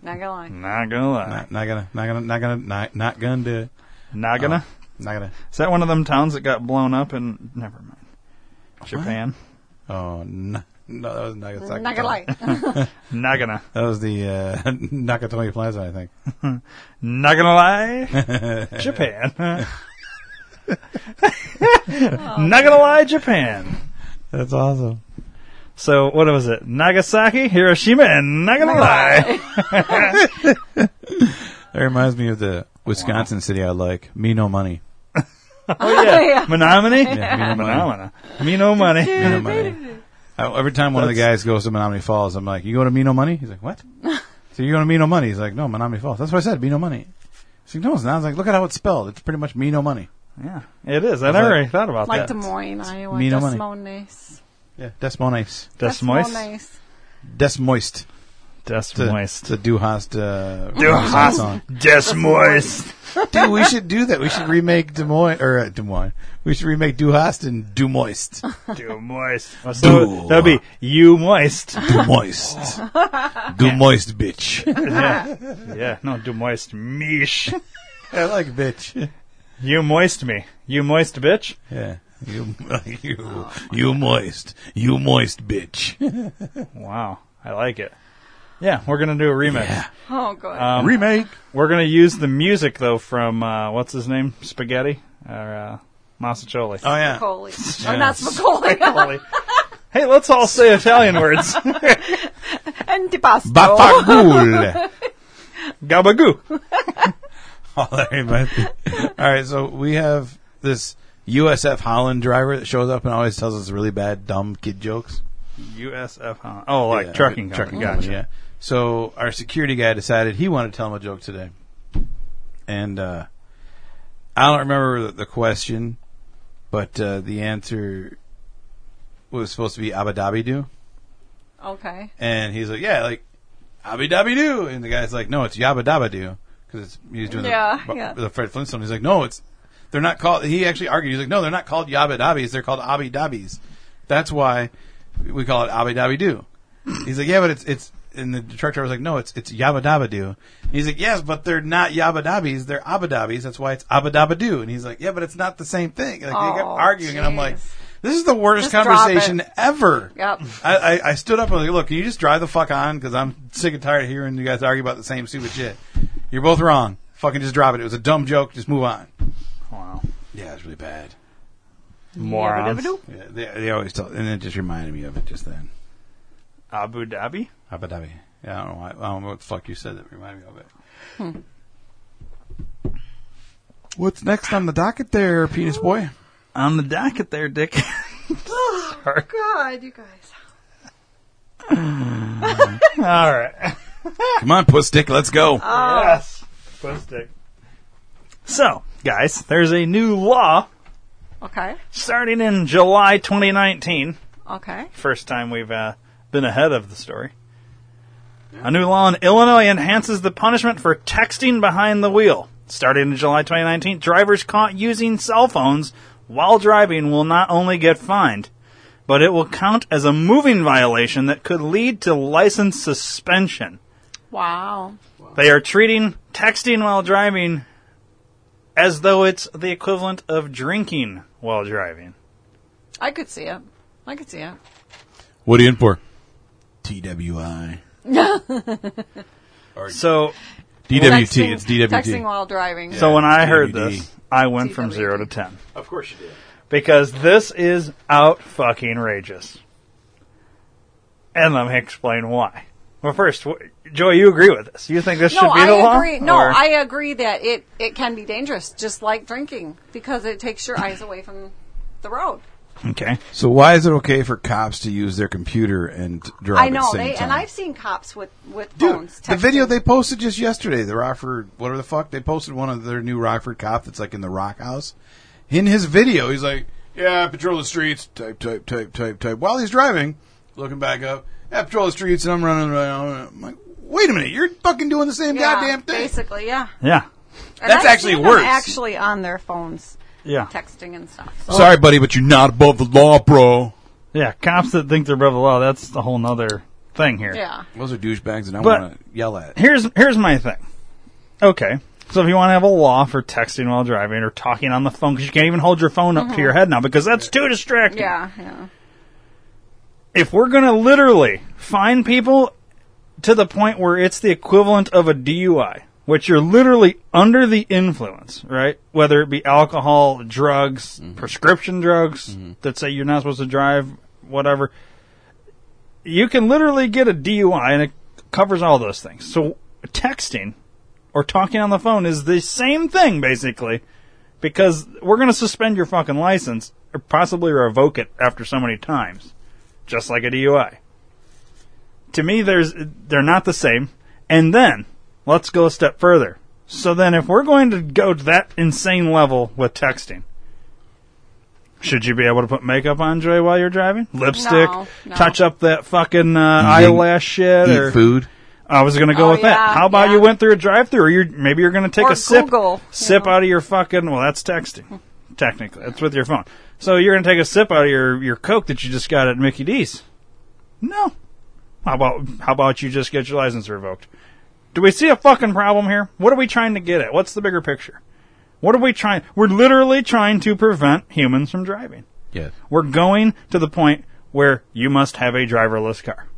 [SPEAKER 4] Not gonna lie.
[SPEAKER 2] Not gonna lie.
[SPEAKER 3] Not, not gonna. Not gonna. Not gonna. Not, not gonna do it.
[SPEAKER 2] Not gonna.
[SPEAKER 3] Not gonna.
[SPEAKER 2] Is that one of them towns that got blown up? And never mind. Japan.
[SPEAKER 3] Oh no. No, that was Nagasaki.
[SPEAKER 4] Not gonna lie.
[SPEAKER 2] Not gonna.
[SPEAKER 3] That was the uh, Nakatomi Plaza, I think.
[SPEAKER 2] Not gonna lie, Japan. Not gonna lie, Japan.
[SPEAKER 3] That's awesome.
[SPEAKER 2] So what was it? Nagasaki, Hiroshima, and not gonna lie.
[SPEAKER 3] That reminds me of the Wisconsin city I like. Me no money.
[SPEAKER 2] Oh yeah, Menominee.
[SPEAKER 3] Yeah, me no money.
[SPEAKER 2] Menomina. Me no money.
[SPEAKER 3] Me no money. I, every time one of the guys goes to Menominee Falls, I'm like, "You go to Me no money?" He's like, "What?" so you go to Me no money? He's like, "No, Menominee Falls." That's what I said. Me no money. He's like, "No, it's not." I was like, "Look at how it's spelled. It's pretty much Me no money."
[SPEAKER 2] Yeah, it is. I never
[SPEAKER 3] like-
[SPEAKER 2] really thought about
[SPEAKER 4] like
[SPEAKER 2] that.
[SPEAKER 4] Des Moines, Iowa.
[SPEAKER 3] Me no money.
[SPEAKER 4] Des Moines.
[SPEAKER 3] Yeah, Des Moines.
[SPEAKER 2] Des Moines.
[SPEAKER 4] Moines.
[SPEAKER 3] Des Moist.
[SPEAKER 2] Des
[SPEAKER 3] To,
[SPEAKER 2] Moines.
[SPEAKER 3] To Du Hast. Uh,
[SPEAKER 2] Du Hast.
[SPEAKER 3] song.
[SPEAKER 2] Des Moines.
[SPEAKER 3] Dude, we should do that. We should remake Des Moines or uh, Des Moines. We should remake Du Hast and Du Moist.
[SPEAKER 2] Du Moist. So that'd be you moist.
[SPEAKER 3] Du Moist. du Moist, bitch.
[SPEAKER 2] Yeah, yeah. No, du moist meesh.
[SPEAKER 3] I like bitch.
[SPEAKER 2] You moist me. You moist bitch.
[SPEAKER 3] Yeah. You, you, you moist, you moist, bitch.
[SPEAKER 2] Wow, I like it. Yeah, we're gonna do a remix.
[SPEAKER 4] Oh, good.
[SPEAKER 2] Um,
[SPEAKER 3] Remake.
[SPEAKER 2] We're gonna use the music though from uh, what's his name, Spaghetti, or uh, Massacholi.
[SPEAKER 3] Oh yeah.
[SPEAKER 4] Spicoli.
[SPEAKER 3] Yeah.
[SPEAKER 4] Or not Spicoli.
[SPEAKER 2] Holy. hey, let's all say Italian words.
[SPEAKER 4] Antipasto.
[SPEAKER 3] Bafagul.
[SPEAKER 2] Gabagoo.
[SPEAKER 3] All right, but- all right, so we have this USF Holland driver that shows up and always tells us really bad, dumb kid jokes.
[SPEAKER 2] USF, huh? Oh, like
[SPEAKER 3] Yeah,
[SPEAKER 2] trucking
[SPEAKER 3] trucking
[SPEAKER 2] company.
[SPEAKER 3] company,
[SPEAKER 2] Gotcha.
[SPEAKER 3] yeah. So our security guy decided he wanted to tell him a joke today, and uh, I don't remember the, the question, but uh, the answer was supposed to be Abadabi do,
[SPEAKER 4] Okay.
[SPEAKER 3] and he's like, yeah, like Abadabi do, and the guy's like, no, it's Yabba Dabba do, because it's he's doing
[SPEAKER 4] Yeah,
[SPEAKER 3] the, bu-
[SPEAKER 4] yeah.
[SPEAKER 3] the Fred Flintstone. He's like, no, it's they're not called. He actually argued. He's like, no, they're not called Yabba Dabbies. They're called Abby Dabbies. That's why we call it Abby Dabby Doo. He's like, yeah, but it's it's. And the truck driver's like, no, it's it's Yabba Dabba Doo. He's like, yes, but they're not Yabba Dabbies. They're Abba Dabbies. That's why it's Abba Dabba Doo. And he's like, yeah, but it's not the same thing. Like they kept
[SPEAKER 4] Oh,
[SPEAKER 3] arguing, and I'm like,
[SPEAKER 4] jeez.
[SPEAKER 3] this is the worst
[SPEAKER 4] Just drop
[SPEAKER 3] conversation
[SPEAKER 4] it.
[SPEAKER 3] ever.
[SPEAKER 4] Yep.
[SPEAKER 3] I, I, I stood up and was like, look, can you just drive the fuck on? Because I'm sick and tired of hearing you guys argue about the same stupid shit. You're both wrong. Fucking just drop it. It was a dumb joke. Just move on.
[SPEAKER 2] Wow.
[SPEAKER 3] Yeah, it's really bad.
[SPEAKER 2] Morons.
[SPEAKER 3] Yeah, they, they always tell, and it just reminded me of it just then.
[SPEAKER 2] Abu Dhabi?
[SPEAKER 3] Abu Dhabi. Yeah, Ah, I don't know why. I don't know what the fuck you said that reminded me of it. Hmm. What's next on the docket there, penis boy?
[SPEAKER 2] On the docket there, Dick. Sorry.
[SPEAKER 4] God, you guys.
[SPEAKER 2] All right.
[SPEAKER 3] Come on, puss dick, let's go.
[SPEAKER 2] Uh, Yes. Puss Dick. So, guys, there's a new law
[SPEAKER 4] Okay.
[SPEAKER 2] starting in July 2019.
[SPEAKER 4] Okay.
[SPEAKER 2] First time we've uh, been ahead of the story. A new law in Illinois enhances the punishment for texting behind the wheel. Starting in July 2019, drivers caught using cell phones while driving will not only get fined, but it will count as a moving violation that could lead to license suspension.
[SPEAKER 4] Wow.
[SPEAKER 2] They are treating texting while driving as though it's the equivalent of drinking while driving.
[SPEAKER 4] I could see it. I could see it.
[SPEAKER 3] What are you in for? TWI.
[SPEAKER 2] So,
[SPEAKER 3] DWT.
[SPEAKER 4] Texting-
[SPEAKER 3] E It's DWT.
[SPEAKER 4] Texting while driving.
[SPEAKER 2] so when I heard
[SPEAKER 3] TWD.
[SPEAKER 2] this, I went from
[SPEAKER 4] TWD.
[SPEAKER 2] zero to ten
[SPEAKER 3] Of course you did.
[SPEAKER 2] because this is out fucking rageous, and let me explain why. Well, first, wh- Joy, you agree with this? You think this
[SPEAKER 4] no,
[SPEAKER 2] should be
[SPEAKER 4] I
[SPEAKER 2] the law?
[SPEAKER 4] agree. No,
[SPEAKER 2] Or-
[SPEAKER 4] I agree that it, it can be dangerous, just like drinking, because it takes your eyes away from the road.
[SPEAKER 2] okay.
[SPEAKER 3] So why is it okay for cops to use their computer and drive
[SPEAKER 4] I
[SPEAKER 3] at the
[SPEAKER 4] know,
[SPEAKER 3] same
[SPEAKER 4] they,
[SPEAKER 3] time?
[SPEAKER 4] and I've seen cops with with
[SPEAKER 3] Dude,
[SPEAKER 4] phones.
[SPEAKER 3] the video
[SPEAKER 4] texting.
[SPEAKER 3] they posted just yesterday, the Rockford, whatever the fuck, they posted one of their new Rockford cop that's like in the Rock House. In his video, he's like, "Yeah, I patrol the streets, type, type, type, type, type." While he's driving, looking back up, "Yeah, I patrol the streets, and I'm running around." I'm like, "Wait a minute, you're fucking doing the same
[SPEAKER 4] yeah,
[SPEAKER 3] goddamn thing."
[SPEAKER 4] Basically, yeah.
[SPEAKER 2] Yeah.
[SPEAKER 4] And
[SPEAKER 3] That's
[SPEAKER 4] I've
[SPEAKER 3] actually
[SPEAKER 4] seen them
[SPEAKER 3] worse.
[SPEAKER 4] Actually, on their phones,
[SPEAKER 2] Yeah.
[SPEAKER 4] texting and stuff. So
[SPEAKER 3] Sorry, buddy, but you're not above the law, bro.
[SPEAKER 2] Yeah. Cops that think they're above the law—that's a whole nother thing here.
[SPEAKER 4] yeah,
[SPEAKER 3] Those are douchebags, and I
[SPEAKER 2] But-
[SPEAKER 3] want to yell at.
[SPEAKER 2] here's here's my thing. Okay, so if you want to have a law for texting while driving or talking on the phone, because you can't even hold your phone
[SPEAKER 4] Mm-hmm.
[SPEAKER 2] up to your head now because that's too distracting.
[SPEAKER 4] yeah, yeah.
[SPEAKER 2] If we're gonna literally fine people to the point where it's the equivalent of a DUI, which you're literally under the influence, right? Whether it be alcohol, drugs, prescription drugs that say you're not supposed to drive, whatever. You can literally get a DUI and it covers all those things. So texting or talking on the phone is the same thing basically because we're going to suspend your fucking license or possibly revoke it after so many times just like a DUI. To me, there's they're not the same. And then let's go a step further. So then, if we're going to go to that insane level with texting, should you be able to put makeup on, Joy, while you're driving? Lipstick,
[SPEAKER 4] No, no.
[SPEAKER 2] touch up that fucking uh, eyelash shit,
[SPEAKER 3] Eat
[SPEAKER 2] or
[SPEAKER 3] food.
[SPEAKER 2] I was going to go
[SPEAKER 4] Oh,
[SPEAKER 2] with that.
[SPEAKER 4] yeah,
[SPEAKER 2] How about you
[SPEAKER 4] yeah.
[SPEAKER 2] went through a drive-through, or you're maybe you're going to take
[SPEAKER 4] Or
[SPEAKER 2] a sip,
[SPEAKER 4] Google, you
[SPEAKER 2] sip
[SPEAKER 4] know.
[SPEAKER 2] out of your fucking. Well, that's texting. Technically, that's with your phone. So you're going to take a sip out of your your Coke that you just got at Mickey D's. No. How about how about you just get your license revoked? Do we see a fucking problem here? What are we trying to get at? What's the bigger picture? What are we trying? We're literally trying to prevent humans from driving.
[SPEAKER 3] Yeah.
[SPEAKER 2] We're going to the point where you must have a driverless car.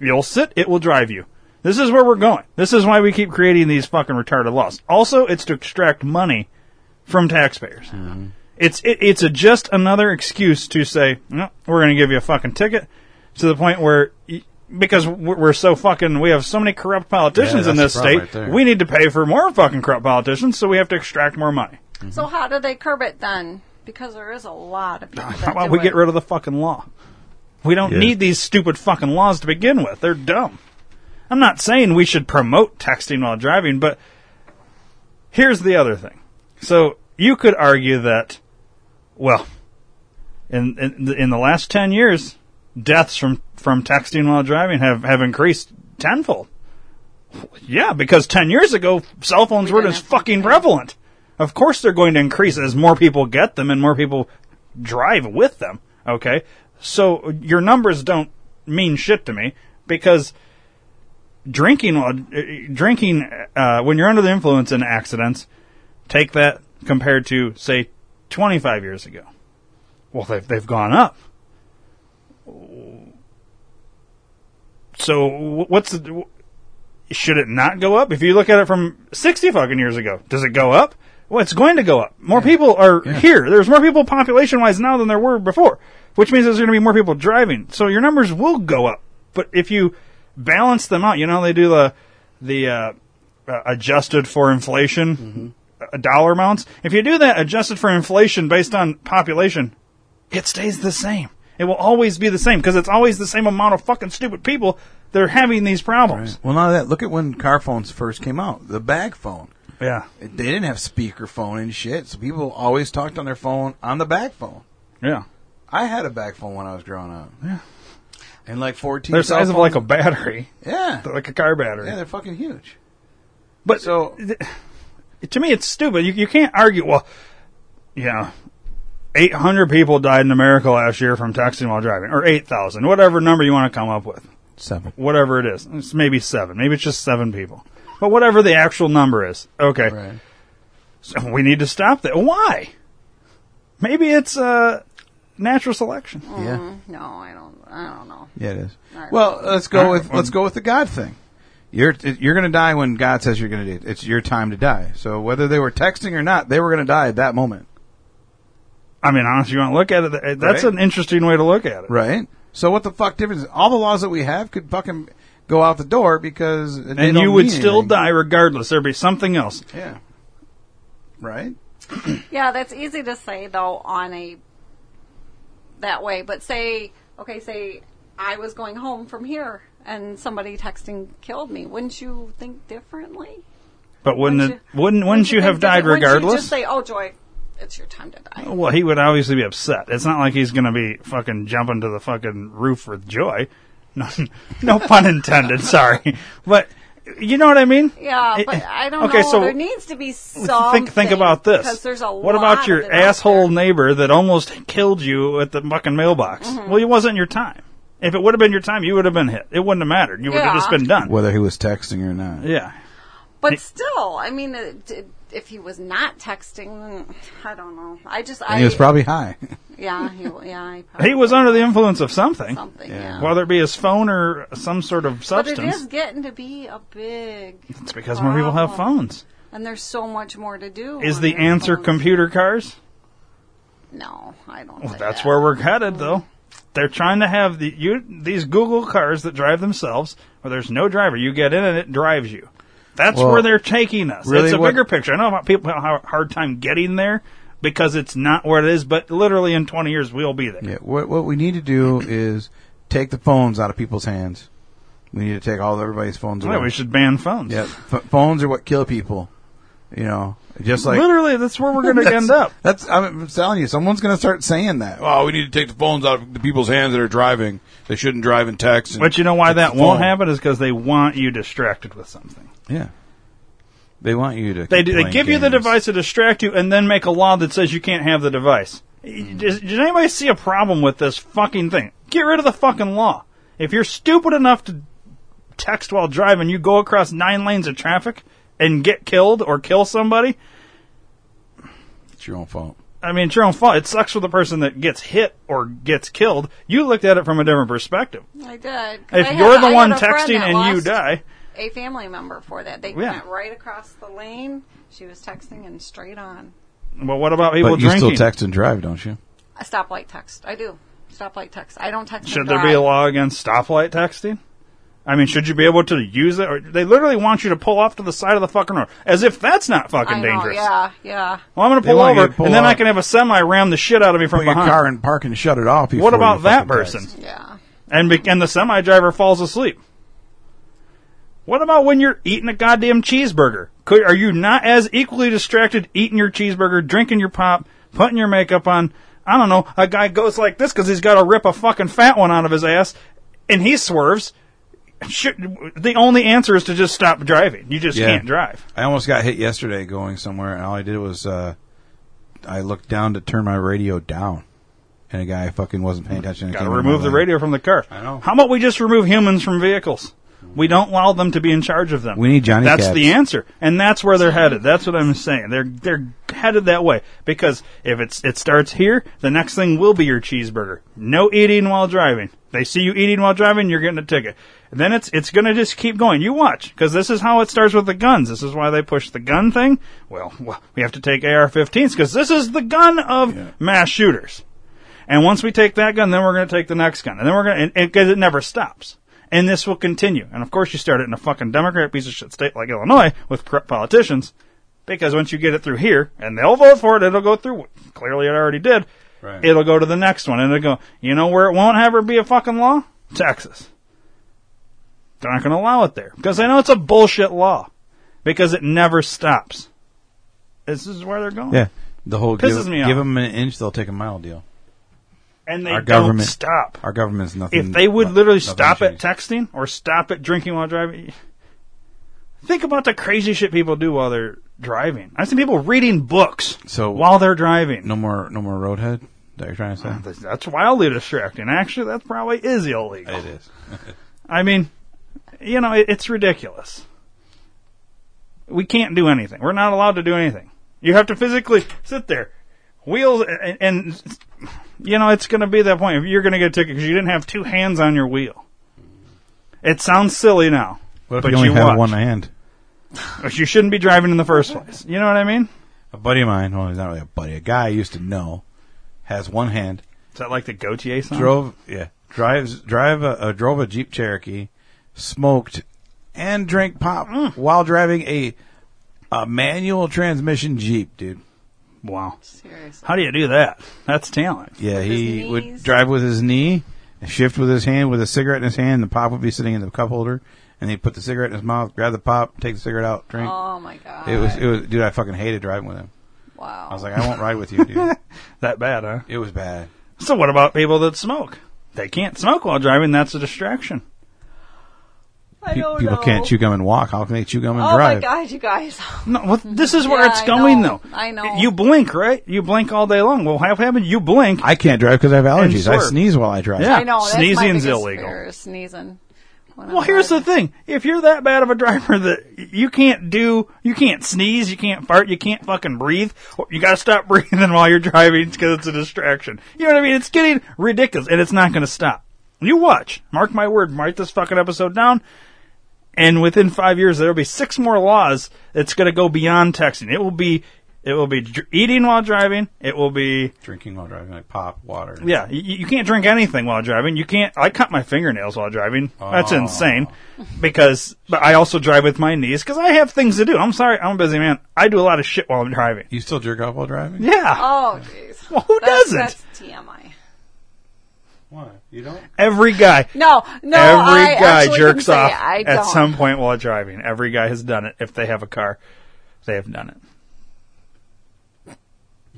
[SPEAKER 2] You'll sit, it will drive you. This is where we're going. This is why we keep
[SPEAKER 3] Mm-hmm.
[SPEAKER 2] creating these fucking retarded laws. Also, it's to extract money from taxpayers. It's it, it's a just another excuse to say no, we're going to give you a fucking ticket to the point where y- because we're we're so fucking we have so many corrupt politicians
[SPEAKER 3] Yeah,
[SPEAKER 2] in
[SPEAKER 3] that's
[SPEAKER 2] this
[SPEAKER 3] the problem
[SPEAKER 2] state,
[SPEAKER 3] right there.
[SPEAKER 2] we need to pay for more fucking corrupt politicians, so we have to extract more money.
[SPEAKER 4] So how do they curb it then? Because there is a lot of people.
[SPEAKER 2] How
[SPEAKER 4] That
[SPEAKER 2] about
[SPEAKER 4] do
[SPEAKER 2] we
[SPEAKER 4] it.
[SPEAKER 2] get rid of the fucking law? We don't
[SPEAKER 3] Yeah.
[SPEAKER 2] need these stupid fucking laws to begin with. They're dumb. I'm not saying we should promote texting while driving, but here's the other thing. So you could argue that, well, in in, the- in the last ten years, deaths from from texting while driving have have increased tenfold. Yeah, because ten years ago, cell phones
[SPEAKER 5] We
[SPEAKER 2] weren't
[SPEAKER 5] didn't
[SPEAKER 2] as
[SPEAKER 5] have cell
[SPEAKER 2] fucking
[SPEAKER 5] phones.
[SPEAKER 2] prevalent. Of course, they're going to increase as more people get them and more people drive with them. Okay, so your numbers don't mean shit to me because drinking while uh, drinking uh, when you're under the influence in accidents, take that compared to say 25 years ago. Well, they've they've gone up. So wh- what's the, should it not go up? If you look at it from 60 fucking years ago, does it go up? Well, it's going to go up. More people are here. There's more people population wise now than there were before, which means there's going to be more people driving. So your numbers will go up. But if you balance them out, you know, they do the, the, uh, uh, adjusted for inflation uh, dollar amounts. If you do that adjusted for inflation based on population, it stays the same. It will always be the same because it's always the same amount of fucking stupid people that are having these problems.
[SPEAKER 3] Well, now that look at when car phones first came out, the bag phone.
[SPEAKER 2] Yeah.
[SPEAKER 3] They didn't have speakerphone and shit, so people always talked on their phone on the bag phone.
[SPEAKER 2] Yeah.
[SPEAKER 3] I had a bag phone when I was growing up.
[SPEAKER 2] Yeah.
[SPEAKER 3] And like 14
[SPEAKER 2] They're the
[SPEAKER 3] cell
[SPEAKER 2] size of like
[SPEAKER 3] phones-
[SPEAKER 2] a battery,
[SPEAKER 3] Yeah.
[SPEAKER 2] They're like a car
[SPEAKER 3] Yeah,
[SPEAKER 2] battery.
[SPEAKER 3] they're fucking huge.
[SPEAKER 2] But
[SPEAKER 3] So-
[SPEAKER 2] th- to me, it's stupid. You, you can't argue, well, yeah, 800 people died in America last year from texting while driving, or 8,000, whatever number you want to come up with.
[SPEAKER 3] Seven.
[SPEAKER 2] whatever it is. It's maybe seven. Maybe it's just seven people. But whatever the actual number is, okay,
[SPEAKER 3] Right.
[SPEAKER 2] so we need to stop that. Why? Maybe it's uh, natural selection.
[SPEAKER 4] Mm,
[SPEAKER 3] Yeah.
[SPEAKER 5] No, I don't. I don't know.
[SPEAKER 3] Yeah, it is.
[SPEAKER 5] right.
[SPEAKER 3] Well, let's go with let's go with the God thing. You're you're going to die when God says you're going to do. It's your time to die. So whether they were texting or not, they were going to die at that moment,
[SPEAKER 2] I mean, honestly, you want to look at it. th- That's
[SPEAKER 3] Right.
[SPEAKER 2] an interesting way to look at it.
[SPEAKER 3] right? So what the fuck difference? All the laws that we have could fucking go out the door because they
[SPEAKER 2] And
[SPEAKER 3] don't
[SPEAKER 2] you would
[SPEAKER 3] mean
[SPEAKER 2] still
[SPEAKER 3] anything.
[SPEAKER 2] die regardless. There'd be something else.
[SPEAKER 3] Yeah. Right.
[SPEAKER 4] Yeah, that's easy to say though on a that way. But say, okay, say I was going home from here and somebody texting killed me. Wouldn't you think differently?
[SPEAKER 2] But wouldn't
[SPEAKER 4] Wouldn't
[SPEAKER 2] it? Wouldn't wouldn't you
[SPEAKER 4] think
[SPEAKER 2] have died
[SPEAKER 4] different- wouldn't You
[SPEAKER 2] regardless?
[SPEAKER 4] just say, "Oh, Joy, it's your time to die."
[SPEAKER 2] Well, he would obviously be upset. It's not like he's going to be fucking jumping to the fucking roof with joy. No, no pun intended. Sorry, but you know what I mean.
[SPEAKER 4] Yeah,
[SPEAKER 2] It-
[SPEAKER 4] but I don't
[SPEAKER 2] okay,
[SPEAKER 4] know.
[SPEAKER 2] So
[SPEAKER 4] there needs to be something.
[SPEAKER 2] think think about this.
[SPEAKER 4] Because there's a
[SPEAKER 2] what
[SPEAKER 4] lot
[SPEAKER 2] about your
[SPEAKER 4] of it out
[SPEAKER 2] asshole
[SPEAKER 4] there.
[SPEAKER 2] neighbor that almost killed you at the fucking mailbox?
[SPEAKER 4] Mm-hmm.
[SPEAKER 2] Well, it wasn't your time. If it would have been your time, you would have been hit. It wouldn't have mattered. You would have
[SPEAKER 4] Yeah.
[SPEAKER 2] just been done.
[SPEAKER 3] Whether he was texting or not.
[SPEAKER 2] Yeah.
[SPEAKER 4] But still, I mean, it, it, if he was not texting, then I don't know. I just, I
[SPEAKER 3] And he was probably high.
[SPEAKER 4] yeah, he, yeah, he, probably
[SPEAKER 2] He was under the influence of something,
[SPEAKER 4] something.
[SPEAKER 3] Yeah.
[SPEAKER 4] yeah.
[SPEAKER 2] whether it be his phone or some sort of
[SPEAKER 4] But it
[SPEAKER 2] substance.
[SPEAKER 4] is getting to be a big,
[SPEAKER 2] It's because more people have
[SPEAKER 4] Problem.
[SPEAKER 2] phones.
[SPEAKER 4] and there's so much more to do.
[SPEAKER 2] Is
[SPEAKER 4] on
[SPEAKER 2] the
[SPEAKER 4] your
[SPEAKER 2] answer
[SPEAKER 4] phones.
[SPEAKER 2] computer cars?
[SPEAKER 4] No, I don't.
[SPEAKER 2] Well,
[SPEAKER 4] think
[SPEAKER 2] that's
[SPEAKER 4] that.
[SPEAKER 2] where we're headed, though. They're trying to have the you these Google cars that drive themselves, where there's no driver. You get in and it drives you. That's
[SPEAKER 3] Well,
[SPEAKER 2] where they're taking us.
[SPEAKER 3] really
[SPEAKER 2] it's a
[SPEAKER 3] what-
[SPEAKER 2] bigger picture. I know about people have a hard time getting there because it's not where it is, but literally in 20 years we'll be there.
[SPEAKER 3] Yeah. What what we need to do is take the phones out of people's hands. We need to take all of everybody's phones away.
[SPEAKER 2] Yeah, we should ban phones.
[SPEAKER 3] Yeah, ph phones are what kill people. You know, just like
[SPEAKER 2] literally, that's where we're going to
[SPEAKER 3] That's-
[SPEAKER 2] end up.
[SPEAKER 3] That's I'm telling you, someone's going to start saying that. Oh, we need to take the phones out of the people's hands that are driving. They shouldn't drive and text. and
[SPEAKER 2] But you know why
[SPEAKER 3] take
[SPEAKER 2] that
[SPEAKER 3] the
[SPEAKER 2] won't
[SPEAKER 3] phone.
[SPEAKER 2] happen is because they want you distracted with something.
[SPEAKER 3] Yeah, they want you to.
[SPEAKER 2] They
[SPEAKER 3] keep
[SPEAKER 2] do, they
[SPEAKER 3] playing
[SPEAKER 2] give you the
[SPEAKER 3] games.
[SPEAKER 2] device to distract you, and then make a law that says you can't have the device. Does, did anybody see a problem with this fucking thing? Get rid of the fucking law. If you're stupid enough to text while driving, you go across nine lanes of traffic and get killed or kill somebody.
[SPEAKER 3] It's your own fault.
[SPEAKER 2] I mean, it's your own fault. It sucks for the person that gets hit or gets killed. You looked at it from a different perspective.
[SPEAKER 4] I did. 'Cause
[SPEAKER 2] If
[SPEAKER 4] I had-
[SPEAKER 2] you're
[SPEAKER 4] I
[SPEAKER 2] the
[SPEAKER 4] had
[SPEAKER 2] one
[SPEAKER 4] a friend
[SPEAKER 2] texting
[SPEAKER 4] that
[SPEAKER 2] and you
[SPEAKER 4] lost
[SPEAKER 2] die,
[SPEAKER 4] a family member for that. They
[SPEAKER 2] Yeah.
[SPEAKER 4] went right across the lane. She was texting and straight on.
[SPEAKER 2] But what about people
[SPEAKER 3] But you
[SPEAKER 2] drinking?
[SPEAKER 3] still text and drive, don't you?
[SPEAKER 4] A stoplight text. I do. Stoplight text. I don't text. and
[SPEAKER 2] should there be a
[SPEAKER 4] drive.
[SPEAKER 2] law against stoplight texting? I mean, should you be able to use it? Or they literally want you to pull off to the side of the fucking road, as if that's not fucking
[SPEAKER 4] I know,
[SPEAKER 2] dangerous.
[SPEAKER 4] Yeah, yeah.
[SPEAKER 2] Well, I'm going to
[SPEAKER 3] They
[SPEAKER 2] pull
[SPEAKER 3] want you
[SPEAKER 2] over,
[SPEAKER 3] to pull
[SPEAKER 2] and then I
[SPEAKER 3] off.
[SPEAKER 2] can have a semi ram the shit out of me from
[SPEAKER 3] Put your
[SPEAKER 2] behind.
[SPEAKER 3] car in park and shut it off. before
[SPEAKER 2] what
[SPEAKER 3] you
[SPEAKER 2] about that
[SPEAKER 3] fucking
[SPEAKER 2] person?
[SPEAKER 3] text.
[SPEAKER 4] Yeah.
[SPEAKER 2] and be- and the semi driver falls asleep. What about when you're eating a goddamn cheeseburger? Could, are you not as equally distracted eating your cheeseburger, drinking your pop, putting your makeup on? I don't know. A guy goes like this because he's got to rip a fucking fat one out of his ass, and he swerves. Shit, the only answer is to just stop driving. You just
[SPEAKER 3] Yeah.
[SPEAKER 2] can't drive.
[SPEAKER 3] I almost got hit yesterday going somewhere, and all I did was uh, I looked down to turn my radio down, and a guy fucking wasn't paying attention. and
[SPEAKER 2] Got to
[SPEAKER 3] came in
[SPEAKER 2] remove
[SPEAKER 3] my
[SPEAKER 2] the
[SPEAKER 3] lane.
[SPEAKER 2] radio from the car.
[SPEAKER 3] I know.
[SPEAKER 2] How about we just remove humans from vehicles? We don't allow them to be in charge of them.
[SPEAKER 3] We need Johnny
[SPEAKER 2] That's
[SPEAKER 3] Cabs.
[SPEAKER 2] the answer, and that's where they're headed. That's what I'm saying. They're they're headed that way because if it's it starts here, the next thing will be your cheeseburger. No eating while driving. They see you eating while driving, you're getting a ticket. And then it's it's going to just keep going. You watch because this is how it starts with the guns. This is why they push the gun thing. Well, wh- we have to take AR-15s because this is the gun of mass shooters. And once we take that gun, then we're going to take the next gun. And then we're going to, because it never stops. And this will continue. And of course, you start it in a fucking Democrat piece of shit state like Illinois with corrupt politicians, because once you get it through here, and they'll vote for it, it'll go through. Clearly, it already did.
[SPEAKER 3] Right.
[SPEAKER 2] It'll go to the next one, and it'll go, you know where it won't ever be a fucking law? Texas. They're not going to allow it there. Because they know it's a bullshit law. Because it never stops. This is where they're going.
[SPEAKER 3] Yeah, the whole
[SPEAKER 2] Pisses
[SPEAKER 3] give,
[SPEAKER 2] me off.
[SPEAKER 3] give them an inch, they'll take a mile deal.
[SPEAKER 2] And they
[SPEAKER 3] Our
[SPEAKER 2] don't
[SPEAKER 3] government-
[SPEAKER 2] stop.
[SPEAKER 3] Our government's nothing.
[SPEAKER 2] if they would literally
[SPEAKER 3] nothing
[SPEAKER 2] stop at
[SPEAKER 3] changed.
[SPEAKER 2] texting or stop at drinking while driving, think about the crazy shit people do while they're driving. I've seen people reading books
[SPEAKER 3] So-
[SPEAKER 2] while they're driving.
[SPEAKER 3] no more, no more roadhead. Is That you're trying to say?
[SPEAKER 2] That's wildly distracting. Actually, that probably is illegal.
[SPEAKER 3] It is.
[SPEAKER 2] I mean, you know, it, it's ridiculous. We can't do anything. We're not allowed to do anything. You have to physically sit there, wheels, and, and you know, it's going to be that point. You're going to get a ticket because you didn't have two hands on your wheel. It sounds silly now,
[SPEAKER 3] What if
[SPEAKER 2] but
[SPEAKER 3] you only had
[SPEAKER 2] watch.
[SPEAKER 3] one hand?
[SPEAKER 2] But you shouldn't be driving in the first place. You know what I mean?
[SPEAKER 3] A buddy of mine, well, he's not really a buddy, a guy I used to know, has one hand.
[SPEAKER 2] Is that like the Gautier song?
[SPEAKER 3] Drove, yeah, drives, drive a, uh, drove a Jeep Cherokee, smoked, and drank pop
[SPEAKER 4] Mm.
[SPEAKER 3] while driving a, a manual transmission Jeep, dude.
[SPEAKER 2] Wow.
[SPEAKER 5] Seriously.
[SPEAKER 2] How do you do that? That's talent.
[SPEAKER 3] Yeah,
[SPEAKER 4] his
[SPEAKER 3] he would
[SPEAKER 4] knees.
[SPEAKER 3] drive with his knee, shift with his hand, with a cigarette in his hand. The pop would be sitting in the cup holder, and he'd put the cigarette in his mouth, grab the pop, take the cigarette out, drink.
[SPEAKER 4] Oh my god.
[SPEAKER 3] It was, it was, dude. I fucking hated driving with him.
[SPEAKER 4] wow.
[SPEAKER 3] I was like, I won't ride with you, dude.
[SPEAKER 2] That bad, huh?
[SPEAKER 3] It was bad.
[SPEAKER 2] So what about people that smoke? They can't smoke while driving. That's a distraction.
[SPEAKER 4] I
[SPEAKER 3] Pe-
[SPEAKER 4] don't
[SPEAKER 3] people
[SPEAKER 4] know.
[SPEAKER 3] can't chew gum and walk. How can they chew gum and
[SPEAKER 4] Oh
[SPEAKER 3] drive?
[SPEAKER 4] my god, you guys.
[SPEAKER 2] No, well, this is where
[SPEAKER 4] Yeah,
[SPEAKER 2] it's
[SPEAKER 4] I
[SPEAKER 2] going,
[SPEAKER 4] know.
[SPEAKER 2] though.
[SPEAKER 4] I know.
[SPEAKER 2] You blink, right? You blink all day long. Well, what happened? You blink.
[SPEAKER 3] I can't drive because I have allergies. I
[SPEAKER 2] swerve.
[SPEAKER 3] sneeze while I drive.
[SPEAKER 2] Yeah.
[SPEAKER 4] I know. That's my
[SPEAKER 2] Sneezing's
[SPEAKER 4] biggest
[SPEAKER 2] illegal.
[SPEAKER 4] fear, is sneezing. when
[SPEAKER 2] Well,
[SPEAKER 4] I'm
[SPEAKER 2] here's the
[SPEAKER 4] driving.
[SPEAKER 2] thing: if you're that bad of a driver that you can't do, you can't sneeze, you can't fart, you can't fucking breathe, you got to stop breathing while you're driving because it's a distraction. You know what I mean? It's getting ridiculous, and it's not going to stop. You watch, mark my word, mark this fucking episode down. And within five years, there'll be six more laws that's going to go beyond texting. It will be, it will be dr- eating while driving. It will be
[SPEAKER 3] Drinking while driving, like pop, water.
[SPEAKER 2] yeah, you, you can't drink anything while driving. You can't. I cut my fingernails while driving. That's
[SPEAKER 3] Oh.
[SPEAKER 2] insane. Because, but I also drive with my knees because I have things to do. I'm sorry, I'm a busy man. I do a lot of shit while I'm driving.
[SPEAKER 3] You still jerk off while driving?
[SPEAKER 2] Yeah,
[SPEAKER 4] Oh jeez.
[SPEAKER 2] Well, who
[SPEAKER 4] That's-
[SPEAKER 2] doesn't?
[SPEAKER 4] That's TMI.
[SPEAKER 3] Why? You don't?
[SPEAKER 2] every guy.
[SPEAKER 4] No,
[SPEAKER 2] every
[SPEAKER 4] no. I actually
[SPEAKER 2] guy
[SPEAKER 4] can
[SPEAKER 2] jerks
[SPEAKER 4] say
[SPEAKER 2] off
[SPEAKER 4] it. I
[SPEAKER 2] at
[SPEAKER 4] don't.
[SPEAKER 2] some point while driving. Every guy has done it. If they have a car, they have done it.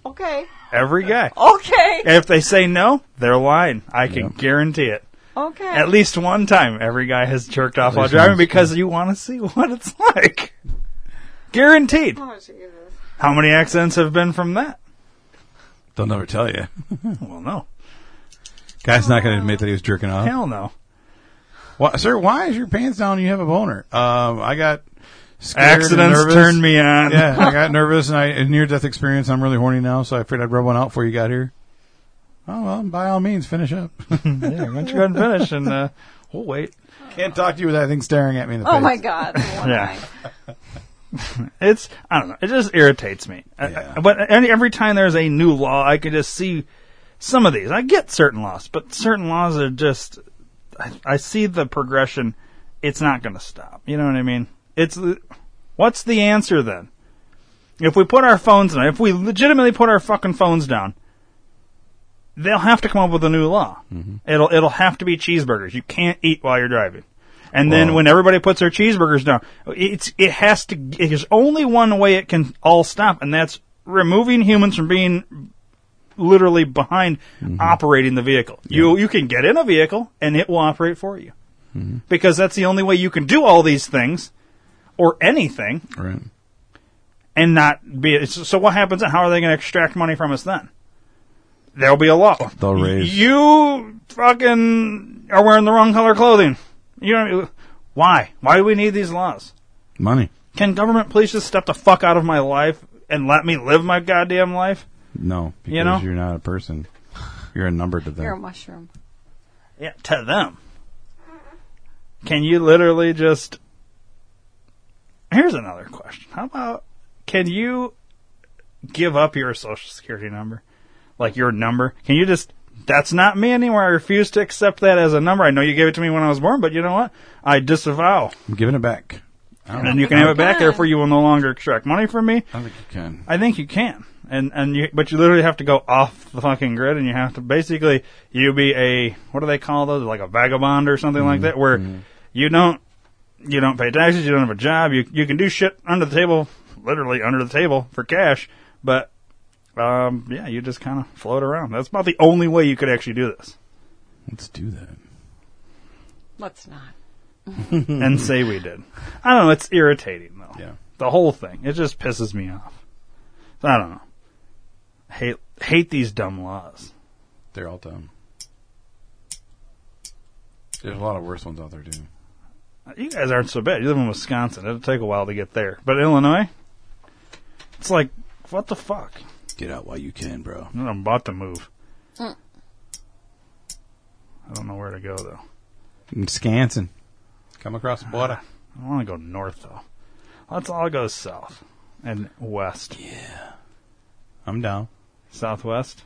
[SPEAKER 4] Okay.
[SPEAKER 2] Every guy.
[SPEAKER 4] Okay.
[SPEAKER 2] If they say no, they're lying. I can guarantee it.
[SPEAKER 4] Okay.
[SPEAKER 2] At least one time, every guy has jerked off while
[SPEAKER 3] least
[SPEAKER 2] driving
[SPEAKER 3] once,
[SPEAKER 2] because you want to see what it's like. Guaranteed.
[SPEAKER 4] Oh, Jesus.
[SPEAKER 2] How many accidents have been from that?
[SPEAKER 3] They'll never tell you.
[SPEAKER 2] Well, no.
[SPEAKER 3] Guy's not going to admit that he was jerking off.
[SPEAKER 2] Hell no.
[SPEAKER 3] Why, sir, why is your pants down? and You have a boner. Um, I got scared
[SPEAKER 2] Accidents
[SPEAKER 3] and nervous.
[SPEAKER 2] turned me on.
[SPEAKER 3] Yeah, I got nervous and I a near death experience. I'm really horny now, so I figured I'd rub one out before you got here. Oh well, by all means, finish up.
[SPEAKER 2] yeah why don't you go ahead and finish and uh, we'll wait. Oh,
[SPEAKER 3] Can't talk to you with that thing staring at me in the face.
[SPEAKER 4] Oh my God. What am
[SPEAKER 2] Yeah.
[SPEAKER 4] I-
[SPEAKER 2] It's I don't know. It just irritates me. I-
[SPEAKER 3] Yeah.
[SPEAKER 2] I- but any, every time there's a new law, I can just see some of these. I get certain laws, but certain laws are just. I, I see the progression. It's not going to stop. You know what I mean? It's the- what's the answer then? If we put our phones down, if we legitimately put our fucking phones down, they'll have to come up with a new law. It'll it'll have to be cheeseburgers. You can't eat while you're driving. And then
[SPEAKER 3] Well-
[SPEAKER 2] when everybody puts their cheeseburgers down, it's it has to. There's only one way it can all stop, and that's removing humans from being literally behind operating the vehicle. You you can get in a vehicle and it will operate for you because that's the only way you can do all these things or anything
[SPEAKER 3] Right.
[SPEAKER 2] and not be. So what happens? How are they going to extract money from us then? There'll be a law.
[SPEAKER 3] They'll raise-
[SPEAKER 2] You fucking are wearing the wrong color clothing. You know why? Why do we need these laws?
[SPEAKER 3] Money.
[SPEAKER 2] Can government please just step the fuck out of my life and let me live my goddamn life?
[SPEAKER 3] No, because
[SPEAKER 2] You
[SPEAKER 3] you
[SPEAKER 2] know?
[SPEAKER 3] are not a person. You're a number to them.
[SPEAKER 4] You're a mushroom.
[SPEAKER 2] Yeah, to them. Can you literally just? Here's another question. How about can you give up your social security number, like your number? Can you just? That's not me anymore. I refuse to accept that as a number. I know you gave it to me when I was born, but you know what? I disavow.
[SPEAKER 3] I'm giving it back. I don't,
[SPEAKER 2] And you can have it back.
[SPEAKER 4] Okay.
[SPEAKER 2] Therefore, you will no longer extract money from me.
[SPEAKER 3] I don't think you can.
[SPEAKER 2] I think you can, and and you, but you literally have to go off the fucking grid, and you have to basically you be a what do they call those like a vagabond or something like that, where you don't you don't pay taxes, you don't have a job, you you can do shit under the table, literally under the table for cash, but um yeah, you just kind of float around. That's about the only way you could actually do this,
[SPEAKER 3] Let's do that.
[SPEAKER 4] Let's not.
[SPEAKER 2] and say we did. I don't know, it's irritating though.
[SPEAKER 3] Yeah.
[SPEAKER 2] the whole thing. It just pisses me off. I don't know. Hate hate these dumb laws.
[SPEAKER 3] They're all dumb. There's a lot of worse ones out there too.
[SPEAKER 2] You guys aren't so bad. You live in Wisconsin. It'll take a while to get there. But Illinois, it's like, what the fuck?
[SPEAKER 3] Get out while you can, bro.
[SPEAKER 2] I'm about to move.
[SPEAKER 4] Hmm.
[SPEAKER 2] I don't know where to go, though.
[SPEAKER 3] Wisconsin. Come across the border.
[SPEAKER 2] I want to go north, though. Let's all go south and west.
[SPEAKER 3] I'm down.
[SPEAKER 2] Southwest?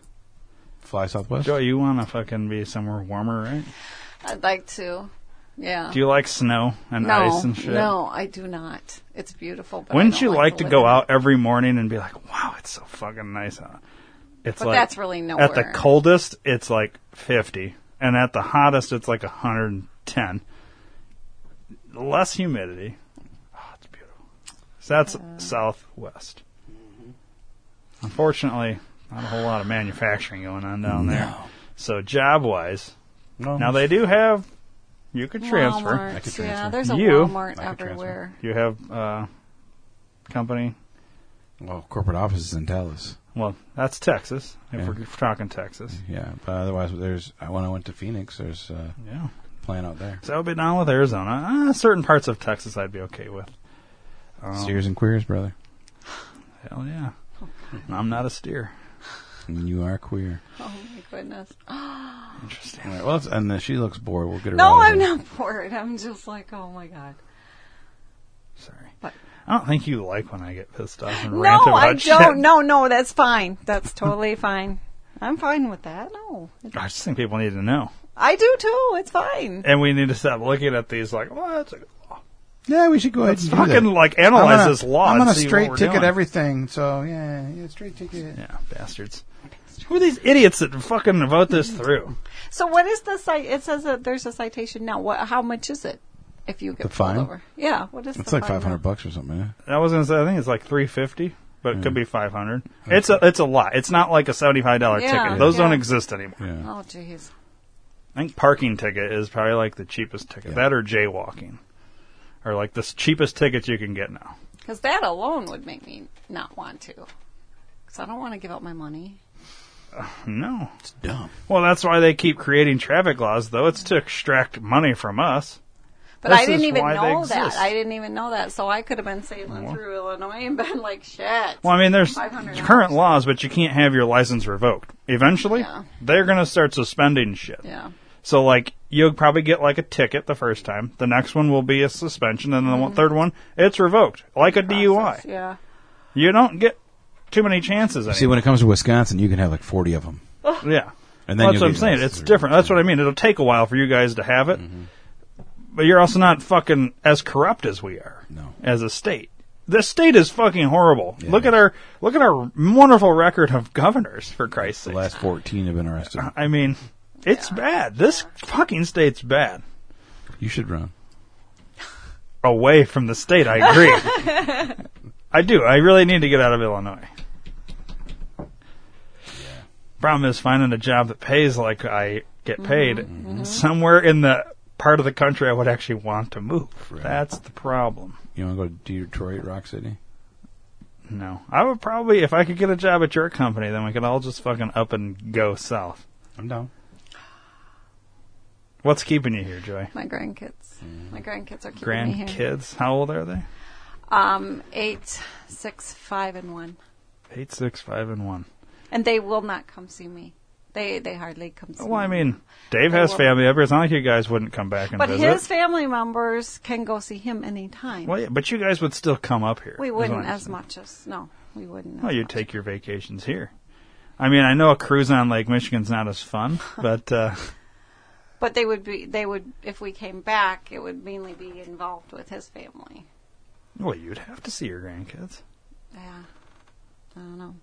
[SPEAKER 3] Fly southwest.
[SPEAKER 2] Joe, you want to fucking be somewhere warmer, right?
[SPEAKER 4] I'd like to. Yeah.
[SPEAKER 2] Do you like snow and
[SPEAKER 4] no,
[SPEAKER 2] ice and shit?
[SPEAKER 4] no, I do not. It's beautiful. But I
[SPEAKER 2] Wouldn't
[SPEAKER 4] don't
[SPEAKER 2] you like, to
[SPEAKER 4] live
[SPEAKER 2] go
[SPEAKER 4] in it.
[SPEAKER 2] out every morning and be like, wow, it's so fucking nice out? It's
[SPEAKER 4] But
[SPEAKER 2] like,
[SPEAKER 4] that's really nowhere.
[SPEAKER 2] At the coldest, it's like 50, and at the hottest, it's like 110. Less humidity. Oh, it's beautiful. So that's southwest. Unfortunately, not a whole lot of manufacturing going on down there. So job wise,
[SPEAKER 3] No.
[SPEAKER 2] now they do have. You could transfer.
[SPEAKER 4] Walmarts,
[SPEAKER 3] I could
[SPEAKER 4] Yeah,
[SPEAKER 3] transfer.
[SPEAKER 4] there's a
[SPEAKER 2] You-
[SPEAKER 3] I
[SPEAKER 4] Walmart
[SPEAKER 3] could transfer.
[SPEAKER 4] everywhere.
[SPEAKER 2] You have uh, company.
[SPEAKER 3] Well, corporate offices in Dallas.
[SPEAKER 2] Well, that's Texas. If
[SPEAKER 3] Yeah.
[SPEAKER 2] we're talking Texas,
[SPEAKER 3] Yeah, but otherwise, there's. I when I went to Phoenix, there's a
[SPEAKER 2] yeah.
[SPEAKER 3] plan out there.
[SPEAKER 2] So I would be down with Arizona. Uh, certain parts of Texas, I'd be okay with. Um,
[SPEAKER 3] Steers and queers, brother.
[SPEAKER 2] Hell yeah.
[SPEAKER 3] Hmm.
[SPEAKER 2] And I'm not a steer.
[SPEAKER 3] And you are queer.
[SPEAKER 4] Oh my goodness.
[SPEAKER 2] Interesting.
[SPEAKER 3] All right, well, let's- and then she looks bored. We'll get her.
[SPEAKER 4] No,
[SPEAKER 3] out of
[SPEAKER 4] I'm
[SPEAKER 3] here.
[SPEAKER 4] not bored. I'm just like, oh my god.
[SPEAKER 2] Sorry.
[SPEAKER 4] But-
[SPEAKER 2] I don't think you like when I get pissed off and rant
[SPEAKER 4] No,
[SPEAKER 2] about
[SPEAKER 4] I
[SPEAKER 2] shit.
[SPEAKER 4] don't. No, no, that's fine. That's totally fine. I'm fine with that. No,
[SPEAKER 2] I just think people need to know.
[SPEAKER 4] I do too. It's fine.
[SPEAKER 2] And we need to stop looking at these like, well, that's a good law.
[SPEAKER 3] Yeah, we should go ahead
[SPEAKER 2] Let's
[SPEAKER 3] and do that.
[SPEAKER 2] fucking like analyze
[SPEAKER 3] I'm on a-
[SPEAKER 2] this law.
[SPEAKER 3] I'm
[SPEAKER 2] and
[SPEAKER 3] on a
[SPEAKER 2] see what
[SPEAKER 3] straight
[SPEAKER 2] we're
[SPEAKER 3] ticket
[SPEAKER 2] doing.
[SPEAKER 3] everything. So yeah, yeah, straight ticket.
[SPEAKER 2] Yeah, bastards. Who are these idiots that fucking vote this through?
[SPEAKER 4] So what is the cite? It says that there's a citation now. What? How much is it? If you get
[SPEAKER 3] The
[SPEAKER 4] pulled
[SPEAKER 3] fine?
[SPEAKER 4] over, yeah. What is
[SPEAKER 3] It's
[SPEAKER 4] the
[SPEAKER 3] like
[SPEAKER 4] fine
[SPEAKER 3] five hundred
[SPEAKER 4] now?
[SPEAKER 3] bucks or something. Yeah?
[SPEAKER 2] I was gonna say I think it's like three fifty, but
[SPEAKER 3] Hmm.
[SPEAKER 2] it could be five hundred. It's a it's a lot. It's not like a seventy five dollar
[SPEAKER 4] Yeah,
[SPEAKER 2] ticket. Those
[SPEAKER 4] yeah.
[SPEAKER 2] don't exist anymore.
[SPEAKER 3] Yeah.
[SPEAKER 4] Oh jeez.
[SPEAKER 2] I think parking ticket is probably like the cheapest ticket.
[SPEAKER 3] Yeah.
[SPEAKER 2] That or jaywalking. Or like the s- cheapest tickets you can get now.
[SPEAKER 4] Because that alone would make me not want to. Because I don't want to give up my money.
[SPEAKER 2] No.
[SPEAKER 3] It's dumb.
[SPEAKER 2] Well, that's why they keep creating traffic laws, though. It's to extract money from us.
[SPEAKER 4] But
[SPEAKER 2] This
[SPEAKER 4] I didn't
[SPEAKER 2] is
[SPEAKER 4] even
[SPEAKER 2] why they
[SPEAKER 4] know that.
[SPEAKER 2] exist.
[SPEAKER 4] I didn't even know that. So I could have been sailing through Illinois and been like, shit.
[SPEAKER 2] Well, I mean, there's
[SPEAKER 4] $500.
[SPEAKER 2] current laws, but you can't have your license revoked. Eventually,
[SPEAKER 4] Yeah.
[SPEAKER 2] they're going to start suspending shit.
[SPEAKER 4] yeah.
[SPEAKER 2] So like you'll probably get like a ticket the first time. The next one will be a suspension, and then the one- third one it's revoked, like a DUI.
[SPEAKER 4] Mm-hmm. Yeah.
[SPEAKER 2] You don't get too many chances
[SPEAKER 3] See,
[SPEAKER 2] anymore.
[SPEAKER 3] when it comes to Wisconsin, you can have like 40 of them.
[SPEAKER 2] yeah,
[SPEAKER 3] And then
[SPEAKER 2] that's
[SPEAKER 3] you'll
[SPEAKER 2] what I'm
[SPEAKER 3] get
[SPEAKER 2] saying.
[SPEAKER 3] arrested
[SPEAKER 2] It's
[SPEAKER 3] or-
[SPEAKER 2] different. That's what I mean. It'll take a while for you guys to have it,
[SPEAKER 3] Mm-hmm.
[SPEAKER 2] but you're also not fucking as corrupt as we are.
[SPEAKER 3] No.
[SPEAKER 2] as a state, the state is fucking horrible.
[SPEAKER 3] Yeah,
[SPEAKER 2] look at
[SPEAKER 3] it is.
[SPEAKER 2] our look at our wonderful record of governors. For Christ's
[SPEAKER 3] The
[SPEAKER 2] sake,
[SPEAKER 3] last 14 have been arrested.
[SPEAKER 2] I mean, it's bad. This fucking state's bad.
[SPEAKER 3] You should run.
[SPEAKER 2] Away from the state, I agree. I do. I really need to get out of Illinois. Problem is finding a job that pays like I
[SPEAKER 4] Mm-hmm.
[SPEAKER 2] get paid somewhere in the part of the country I would actually want to move.
[SPEAKER 3] Right.
[SPEAKER 2] That's the problem.
[SPEAKER 3] You want to go to Detroit, Rock City?
[SPEAKER 2] No, I would probably if I could get a job at your company, then we could all just fucking up and go south.
[SPEAKER 3] I'm down.
[SPEAKER 2] What's keeping you here, Joy?
[SPEAKER 4] My grandkids. My grandkids are keeping me here.
[SPEAKER 2] Grandkids? How old are they?
[SPEAKER 4] Um, eight, six, five, and one.
[SPEAKER 2] Eight, six, five, and one.
[SPEAKER 4] And they will not come see me. They they hardly come see
[SPEAKER 2] Well, I
[SPEAKER 4] me.
[SPEAKER 2] mean, Dave has
[SPEAKER 4] Well-
[SPEAKER 2] family up here. It's not like you guys wouldn't come back and
[SPEAKER 4] But
[SPEAKER 2] visit.
[SPEAKER 4] his family members can go see him anytime.
[SPEAKER 2] well, yeah, but you guys would still come up here.
[SPEAKER 4] we
[SPEAKER 2] is what
[SPEAKER 4] wouldn't
[SPEAKER 2] I'm
[SPEAKER 4] as
[SPEAKER 2] saying.
[SPEAKER 4] much as no, we wouldn't.
[SPEAKER 2] Well,
[SPEAKER 4] as
[SPEAKER 2] you'd
[SPEAKER 4] much.
[SPEAKER 2] take your vacations here. I mean, I know a cruise on Lake Michigan's not as fun, but uh,
[SPEAKER 4] But they would be. They would if we came back. It would mainly be involved with his family.
[SPEAKER 2] well, you'd have to see your grandkids.
[SPEAKER 4] Yeah. I don't know.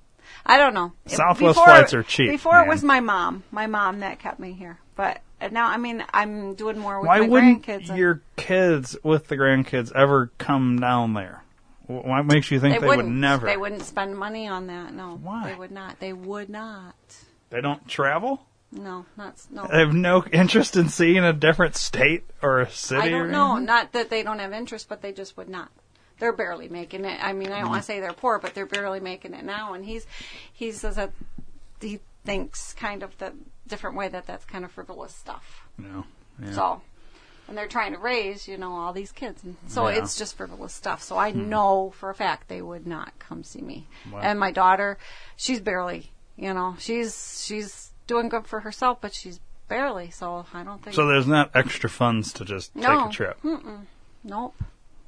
[SPEAKER 4] I don't know. It-
[SPEAKER 2] Southwest flights are cheap,
[SPEAKER 4] Before
[SPEAKER 2] man.
[SPEAKER 4] it was my mom. My mom that kept me here. But uh, now, I mean, I'm doing more with
[SPEAKER 2] Why
[SPEAKER 4] my
[SPEAKER 2] wouldn't
[SPEAKER 4] grandkids. and-
[SPEAKER 2] your kids with the grandkids ever come down there? Wh- Why makes you think
[SPEAKER 4] they,
[SPEAKER 2] they,
[SPEAKER 4] wouldn't.
[SPEAKER 2] would never?
[SPEAKER 4] They wouldn't spend money on that. No.
[SPEAKER 2] Why?
[SPEAKER 4] They would not. They would not.
[SPEAKER 2] They don't travel.
[SPEAKER 4] No. Not. s- No.
[SPEAKER 2] They have no interest in seeing a different state or a city.
[SPEAKER 4] I don't
[SPEAKER 2] or
[SPEAKER 4] know.
[SPEAKER 2] anything?
[SPEAKER 4] Not that they don't have interest, but they just would not. They're barely making it. I mean, I
[SPEAKER 2] Mm-hmm.
[SPEAKER 4] don't want to say they're poor, but they're barely making it now. And he's he says that he thinks kind of the different way that that's kind of frivolous stuff.
[SPEAKER 2] No. Yeah.
[SPEAKER 4] So, and they're trying to raise, you know, all these kids. And so
[SPEAKER 2] Yeah. Hmm.
[SPEAKER 4] it's just frivolous stuff. So I know for a fact they would not come see me. And my daughter, she's barely, you know, she's she's doing good for herself, but she's barely. So I don't think.
[SPEAKER 2] So there's not extra funds to just
[SPEAKER 4] No. Hmm,
[SPEAKER 2] take a trip.
[SPEAKER 4] Nope.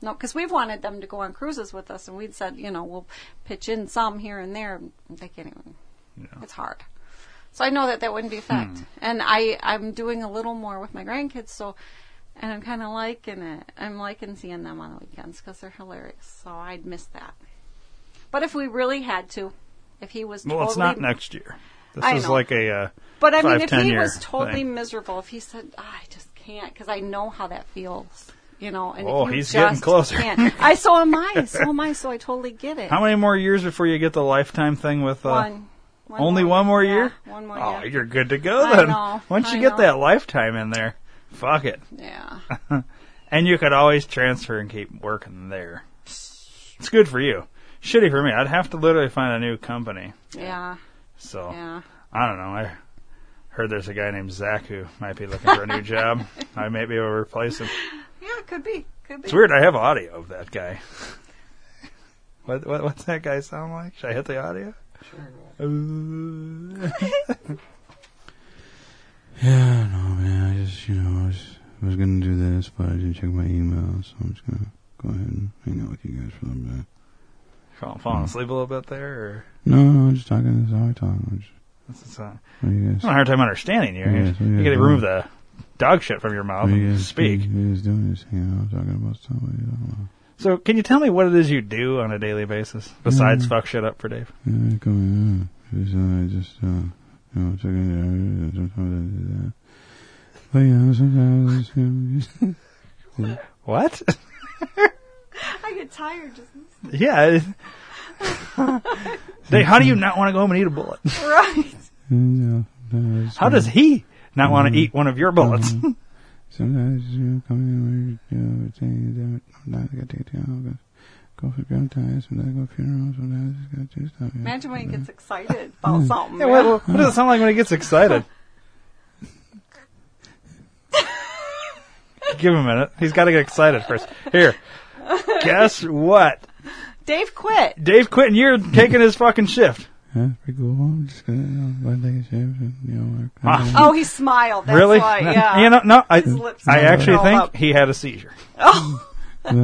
[SPEAKER 4] No, because we've wanted them to go on cruises with us, and we'd said, you know, we'll pitch in some here and there. and They can't even. It's hard. So I know that that wouldn't be a fact.
[SPEAKER 2] Hmm.
[SPEAKER 4] And I, I'm doing a little more with my grandkids, so, and I'm kind of liking it. I'm liking seeing them on the weekends because they're hilarious. So I'd miss that. But if we really had to, if he was
[SPEAKER 2] Well,
[SPEAKER 4] totally
[SPEAKER 2] it's not next year. This
[SPEAKER 4] I
[SPEAKER 2] is
[SPEAKER 4] know.
[SPEAKER 2] like a. Uh,
[SPEAKER 4] but I
[SPEAKER 2] five,
[SPEAKER 4] mean, if
[SPEAKER 2] 10
[SPEAKER 4] he
[SPEAKER 2] year
[SPEAKER 4] was totally
[SPEAKER 2] thing.
[SPEAKER 4] miserable, if he said, "Ah, "I just can't," because I know how that feels, you know. And
[SPEAKER 2] Oh,
[SPEAKER 4] if you
[SPEAKER 2] he's
[SPEAKER 4] just
[SPEAKER 2] getting closer.
[SPEAKER 4] Can't. I so am I. So am I. So I totally get it.
[SPEAKER 2] How many more years before you get the lifetime thing with? Uh,
[SPEAKER 4] One. One
[SPEAKER 2] Only one more
[SPEAKER 4] Yeah,
[SPEAKER 2] year?
[SPEAKER 4] One more
[SPEAKER 2] Oh,
[SPEAKER 4] year.
[SPEAKER 2] you're good to go
[SPEAKER 4] I
[SPEAKER 2] then.
[SPEAKER 4] know.
[SPEAKER 2] Once you
[SPEAKER 4] I
[SPEAKER 2] get
[SPEAKER 4] know.
[SPEAKER 2] that lifetime in there, fuck it.
[SPEAKER 4] Yeah.
[SPEAKER 2] And you could always transfer and keep working there. It's good for you. Shitty for me. I'd have to literally find a new company.
[SPEAKER 4] Yeah.
[SPEAKER 2] So
[SPEAKER 4] Yeah.
[SPEAKER 2] I don't know. I heard there's a guy named Zach who might be looking for a new job. I may be able to replace him.
[SPEAKER 4] Yeah. Could be. Could be.
[SPEAKER 2] It's weird. I have audio of that guy. What, what what's that guy sound like? Should I hit the audio? Sure.
[SPEAKER 3] Yeah, no, man. I just, you know, I was, I was going to do this, but I didn't check my email, so I'm just going to go ahead and hang out with you guys for a little bit.
[SPEAKER 2] falling asleep a little bit there. Or
[SPEAKER 3] No, no, I'm just talking. This is how I talk. I'm just,
[SPEAKER 2] what's the song?
[SPEAKER 3] what do you guys,
[SPEAKER 2] I'm having a hard time understanding you.
[SPEAKER 3] Yeah,
[SPEAKER 2] you
[SPEAKER 3] so you
[SPEAKER 2] you
[SPEAKER 3] guys
[SPEAKER 2] gotta
[SPEAKER 3] don't-
[SPEAKER 2] remove the dog shit from your mouth
[SPEAKER 3] what you
[SPEAKER 2] and
[SPEAKER 3] guys,
[SPEAKER 2] speak.
[SPEAKER 3] What you guys doing? Just hanging out, talking about stuff. What you talking about?
[SPEAKER 2] So, can you tell me what it is you do on a daily basis besides
[SPEAKER 3] Mm.
[SPEAKER 2] fuck shit up for Dave?
[SPEAKER 3] Yeah, it's going on. Just, uh, I just, uh, you know, checking the hours, and sometimes I do that. But, you know, sometimes I just, you know, just
[SPEAKER 2] What?
[SPEAKER 4] I get tired just
[SPEAKER 2] yeah. it- Dave, how do you not want to go home and eat a bullet?
[SPEAKER 4] right.
[SPEAKER 3] and, you know, sometimes I just,
[SPEAKER 2] How does he not
[SPEAKER 3] Mm.
[SPEAKER 2] want to eat one of your bullets?
[SPEAKER 3] Sometimes you know, come in where you know, things that sometimes I gotta take a time, go for ground time, sometimes I go to funerals, sometimes I just gotta do stuff. you know.
[SPEAKER 4] Imagine when he gets excited about something.
[SPEAKER 2] Mm. Yeah,
[SPEAKER 4] man.
[SPEAKER 2] what, what does it sound like when he gets excited? Give him a minute. He's got to get excited first. Here. Guess what?
[SPEAKER 4] Dave quit.
[SPEAKER 2] Dave quit and you're taking his fucking shift.
[SPEAKER 3] that's pretty cool. I'm just gonna, you know, I'm taking a shit, you know,
[SPEAKER 2] Ah.
[SPEAKER 4] Oh, he smiled. That's
[SPEAKER 2] really?
[SPEAKER 4] why, yeah.
[SPEAKER 2] you know, no, I,
[SPEAKER 4] His lips
[SPEAKER 2] I
[SPEAKER 4] are
[SPEAKER 2] actually
[SPEAKER 4] all
[SPEAKER 2] think
[SPEAKER 4] up.
[SPEAKER 2] he had a seizure.
[SPEAKER 3] That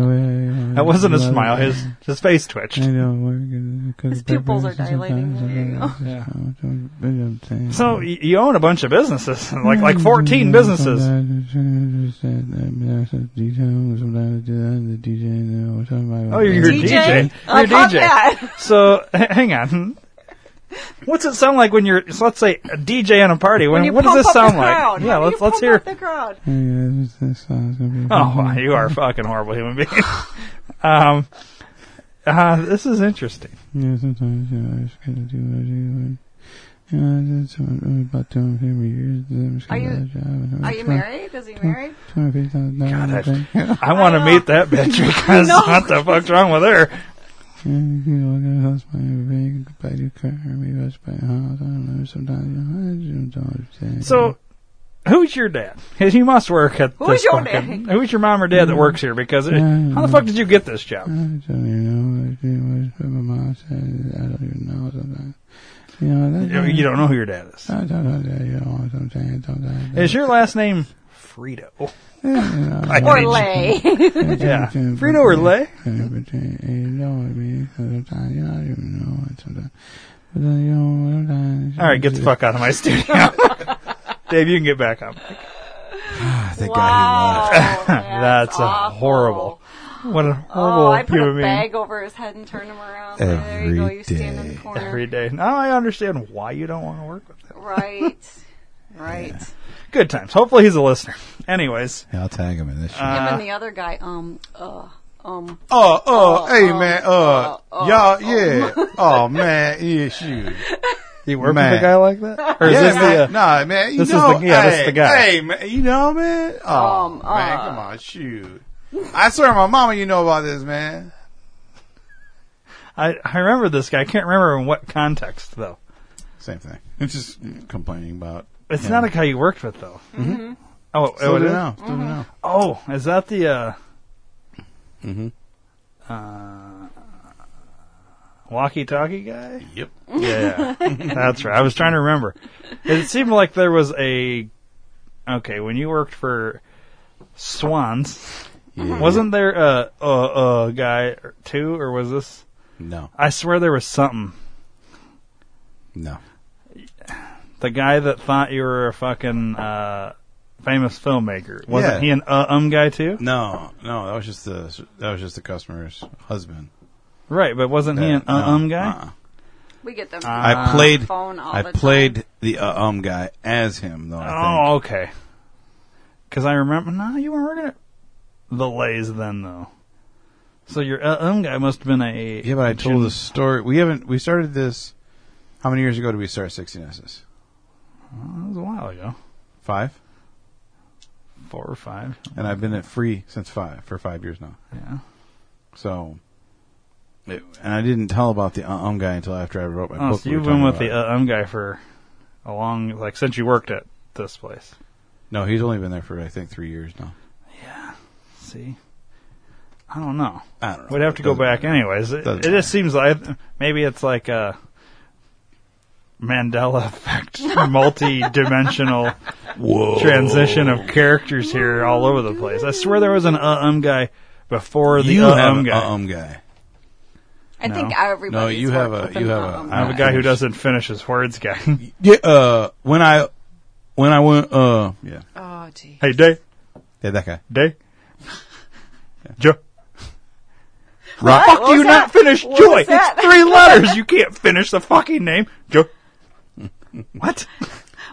[SPEAKER 2] That wasn't a smile. His his face twitched.
[SPEAKER 3] I know. we're gonna- 'cause
[SPEAKER 4] His pupils are
[SPEAKER 3] preparation
[SPEAKER 4] dilating.
[SPEAKER 3] sometimes,
[SPEAKER 4] There
[SPEAKER 3] I
[SPEAKER 4] you go.
[SPEAKER 3] don't-
[SPEAKER 2] Yeah.
[SPEAKER 3] I don't- I don't say-
[SPEAKER 2] So y- you own a bunch of businesses, like like fourteen businesses.
[SPEAKER 3] Sometimes I just said that, I mean, I said DJ, sometimes I do that, and the DJ, and I was talking about-
[SPEAKER 2] Oh, you're
[SPEAKER 4] DJ?
[SPEAKER 2] DJ.
[SPEAKER 4] I
[SPEAKER 2] You're
[SPEAKER 4] thought
[SPEAKER 2] DJ.
[SPEAKER 4] that.
[SPEAKER 2] So h- hang on. What's it sound like when you're, so let's say, a DJ in a party? When,
[SPEAKER 4] you
[SPEAKER 2] what does
[SPEAKER 4] pump
[SPEAKER 2] this
[SPEAKER 4] up the
[SPEAKER 2] sound like?
[SPEAKER 4] crowd.
[SPEAKER 2] Yeah,
[SPEAKER 4] How do
[SPEAKER 2] let's
[SPEAKER 4] you
[SPEAKER 2] let's
[SPEAKER 4] pump
[SPEAKER 2] hear.
[SPEAKER 4] up the crowd.
[SPEAKER 3] Hey, guys, this- this song's gonna be-
[SPEAKER 2] Oh, wow, you are a fucking horrible human being. um, uh, this is interesting.
[SPEAKER 3] Yeah, sometimes you know, I just gotta do what I do. And, you know, I did some, I'm about doing for years. And I'm just
[SPEAKER 4] Are
[SPEAKER 3] gonna
[SPEAKER 4] you-
[SPEAKER 3] do a job. And
[SPEAKER 4] Are you married? Is he married?
[SPEAKER 3] Twenty-five thousand
[SPEAKER 2] God,
[SPEAKER 3] dollars.
[SPEAKER 2] that's-
[SPEAKER 3] Yeah, yeah,
[SPEAKER 2] I want to
[SPEAKER 4] know.
[SPEAKER 2] meet that bitch because
[SPEAKER 4] know.
[SPEAKER 2] what the fuck's wrong with her?
[SPEAKER 3] you know, I got a house, buy a rig, buy a new car, maybe I should buy a house. I don't know. Sometimes you know, I just don't understand.
[SPEAKER 2] So, who's your dad? 'Cause You must work at
[SPEAKER 4] Who's
[SPEAKER 2] this
[SPEAKER 4] your Mm-hmm.
[SPEAKER 2] fucking- Who's your mom or dad that works here? Because it,
[SPEAKER 3] Yeah,
[SPEAKER 2] how the
[SPEAKER 3] yeah.
[SPEAKER 2] fuck did you get this
[SPEAKER 3] I
[SPEAKER 2] job?
[SPEAKER 3] don't even know what I do. I just put my mom said I don't even know sometimes. You know,
[SPEAKER 2] You
[SPEAKER 3] that's
[SPEAKER 2] you don't know who your dad is.
[SPEAKER 3] I don't know that you know sometimes
[SPEAKER 4] Mm-hmm.
[SPEAKER 3] sometimes
[SPEAKER 2] Is your last name Frito?
[SPEAKER 3] yeah, you know,
[SPEAKER 2] I
[SPEAKER 4] Or
[SPEAKER 2] hate
[SPEAKER 4] lay?
[SPEAKER 2] Yeah, Frito or Lay?
[SPEAKER 3] Uh, but uh, you know what I mean. Sometimes you know, I don't even know what sometimes. But then you know sometimes.
[SPEAKER 2] All right, get the fuck out of my studio, Dave. You can get back up.
[SPEAKER 3] Thank
[SPEAKER 4] Wow. That's,
[SPEAKER 2] That's a
[SPEAKER 4] awful.
[SPEAKER 2] horrible. What a horrible
[SPEAKER 4] Oh, I put a
[SPEAKER 2] human being.
[SPEAKER 4] bag over his head and turned him around. So there you go.
[SPEAKER 3] Every
[SPEAKER 4] You stand in the
[SPEAKER 3] day.
[SPEAKER 4] corner.
[SPEAKER 2] Every day. Now I understand why you don't want to work with him.
[SPEAKER 4] Right. Right.
[SPEAKER 2] Good times. Hopefully he's a listener. Anyways,
[SPEAKER 3] I'll tag him in this.
[SPEAKER 2] Uh,
[SPEAKER 3] shit.
[SPEAKER 4] Him and the other guy. Um. Uh. Um.
[SPEAKER 3] Oh, oh, hey man, uh, y'all, yeah, oh man, yeah, shoot,
[SPEAKER 2] you work
[SPEAKER 3] Man.
[SPEAKER 2] with a guy like that, or is
[SPEAKER 3] yeah,
[SPEAKER 2] this the?
[SPEAKER 3] man,
[SPEAKER 2] Uh,
[SPEAKER 3] nah, man, you
[SPEAKER 2] this is
[SPEAKER 3] know,
[SPEAKER 2] the- yeah,
[SPEAKER 3] hey,
[SPEAKER 2] this is the guy.
[SPEAKER 3] hey man, you know, man, oh
[SPEAKER 4] Um,
[SPEAKER 3] man,
[SPEAKER 4] uh.
[SPEAKER 3] come on, shoot, I swear, my mama, you know about this, man.
[SPEAKER 2] I I remember this guy. I can't remember in what context though.
[SPEAKER 3] Same thing. It's just complaining about.
[SPEAKER 2] It's not a guy you worked with though. Mm-hmm. Oh,
[SPEAKER 3] Still
[SPEAKER 2] oh, it
[SPEAKER 3] do
[SPEAKER 2] is?
[SPEAKER 3] now. Still do now.
[SPEAKER 2] oh, is that the? uh
[SPEAKER 3] Mhm.
[SPEAKER 2] Uh, walkie-talkie guy.
[SPEAKER 3] Yep.
[SPEAKER 2] Yeah, that's right. I was trying to remember. It seemed like there was a okay when you worked for Swans. Wasn't there a a, a guy or two, or was this?
[SPEAKER 3] No.
[SPEAKER 2] I swear there was something.
[SPEAKER 3] No.
[SPEAKER 2] The guy that thought you were a fucking uh, famous filmmaker wasn't
[SPEAKER 3] Yeah.
[SPEAKER 2] he an uh, um guy too?
[SPEAKER 3] No. No. That was just the that was just the customer's husband.
[SPEAKER 2] Right, but wasn't he an
[SPEAKER 3] That-
[SPEAKER 2] uh,
[SPEAKER 3] no,
[SPEAKER 2] um guy?
[SPEAKER 3] uh-uh.
[SPEAKER 4] We get them.
[SPEAKER 3] I played.
[SPEAKER 4] Uh, phone all
[SPEAKER 3] I
[SPEAKER 4] the
[SPEAKER 3] played the uh, um guy as him though. I think.
[SPEAKER 2] Oh, okay. Because I remember. No, you weren't working at the Lays then, though. So your uh, um guy must have been a.
[SPEAKER 3] Yeah, but I told the story. We haven't. We started this. How many years ago did we start 16s's?
[SPEAKER 2] That was a while ago.
[SPEAKER 3] Five.
[SPEAKER 2] Four or five.
[SPEAKER 3] And I've been at free since five for five years now.
[SPEAKER 2] Yeah.
[SPEAKER 3] So. It, and I didn't tell about the uh, um guy until after I wrote my
[SPEAKER 2] Oh,
[SPEAKER 3] book.
[SPEAKER 2] so
[SPEAKER 3] we
[SPEAKER 2] you've
[SPEAKER 3] were
[SPEAKER 2] been
[SPEAKER 3] talking
[SPEAKER 2] with
[SPEAKER 3] about
[SPEAKER 2] the uh,
[SPEAKER 3] it.
[SPEAKER 2] um guy for a long, like since you worked at this place. uh,
[SPEAKER 3] no, he's only been there for I think three years now.
[SPEAKER 2] See, I don't know.
[SPEAKER 3] I don't know.
[SPEAKER 2] We'd have to go
[SPEAKER 3] Doesn't
[SPEAKER 2] back
[SPEAKER 3] matter.
[SPEAKER 2] anyways. It,
[SPEAKER 3] Doesn't
[SPEAKER 2] it just seems like maybe it's like a Mandela effect, multi-dimensional
[SPEAKER 3] Whoa.
[SPEAKER 2] transition of characters here all over the place. I swear there was an uh um guy before the
[SPEAKER 3] you
[SPEAKER 2] uh
[SPEAKER 3] have
[SPEAKER 2] um
[SPEAKER 3] an
[SPEAKER 2] guy.
[SPEAKER 3] uh, um guy.
[SPEAKER 4] I think
[SPEAKER 2] No.
[SPEAKER 4] everybody.
[SPEAKER 3] No, you have a- you have a-
[SPEAKER 2] I have a guy who doesn't finish his words, guy.
[SPEAKER 3] Yeah. Uh, when I when I went. Uh, yeah.
[SPEAKER 4] Oh, gee.
[SPEAKER 2] hey, Dave,
[SPEAKER 3] Yeah, that guy.
[SPEAKER 2] Dave, Joe.
[SPEAKER 3] Rock.
[SPEAKER 2] Fuck
[SPEAKER 4] What
[SPEAKER 2] you
[SPEAKER 4] was
[SPEAKER 2] not
[SPEAKER 4] that?
[SPEAKER 2] finish
[SPEAKER 4] What
[SPEAKER 2] joy.
[SPEAKER 4] was that?
[SPEAKER 2] It's three letters. You can't finish the fucking name. Joy. What?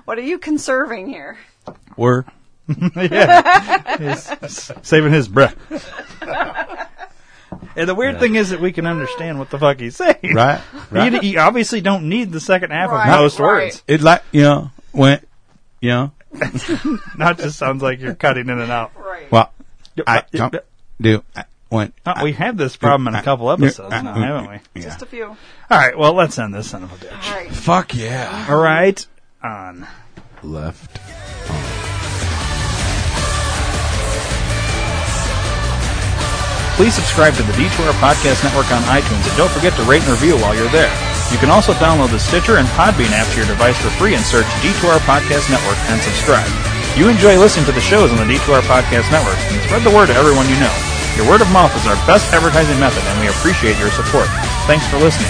[SPEAKER 4] What are you conserving here?
[SPEAKER 3] Were.
[SPEAKER 2] yeah. He's saving his breath. and the weird thing is that we can understand what the fuck he's saying.
[SPEAKER 3] Right. Right.
[SPEAKER 2] You, you obviously don't need the second half
[SPEAKER 4] Right,
[SPEAKER 2] of most
[SPEAKER 4] right.
[SPEAKER 2] words.
[SPEAKER 3] It like you know went you know
[SPEAKER 2] Not just sounds like you're cutting in and out.
[SPEAKER 4] Right.
[SPEAKER 3] well I
[SPEAKER 2] Uh,
[SPEAKER 3] don't do I went
[SPEAKER 2] uh, we had this problem in a couple episodes now, haven't we?
[SPEAKER 3] yeah.
[SPEAKER 4] Just a few. All
[SPEAKER 2] All right, well, let's end this son of a bitch.
[SPEAKER 4] right.
[SPEAKER 3] Fuck yeah.
[SPEAKER 2] All right, on.
[SPEAKER 3] Left.
[SPEAKER 2] Please subscribe to the Detour Podcast Network on iTunes and don't forget to rate and review while you're there. You can also download the Stitcher and Podbean app to your device for free and search D2R Podcast Network and subscribe. You enjoy listening to the shows on the D2R Podcast Network and spread the word to everyone you know. Your word of mouth is our best advertising method, and we appreciate your support. Thanks for listening.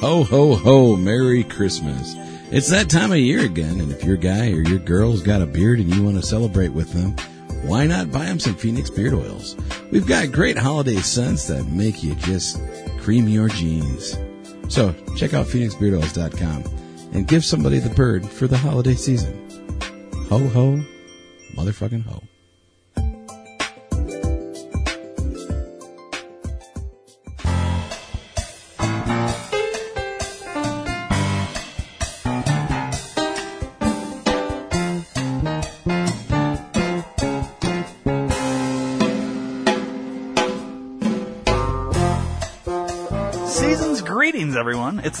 [SPEAKER 1] Ho, ho, ho, Merry Christmas. It's that time of year again, and if your guy or your girl's got a beard and you want to celebrate with them, why not buy them some Phoenix beard oils? We've got great holiday scents that make you just cream your jeans. So check out PhoenixBeardOils.com and give somebody the bird for the holiday season. Ho, ho, motherfucking ho.
[SPEAKER 2] Season's greetings, everyone. It's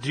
[SPEAKER 2] Do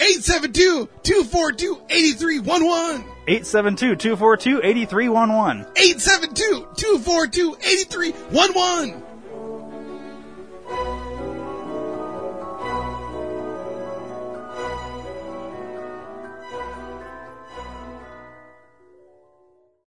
[SPEAKER 1] 872 242 8311!
[SPEAKER 2] 872 242 8311.
[SPEAKER 1] 872 242 8311!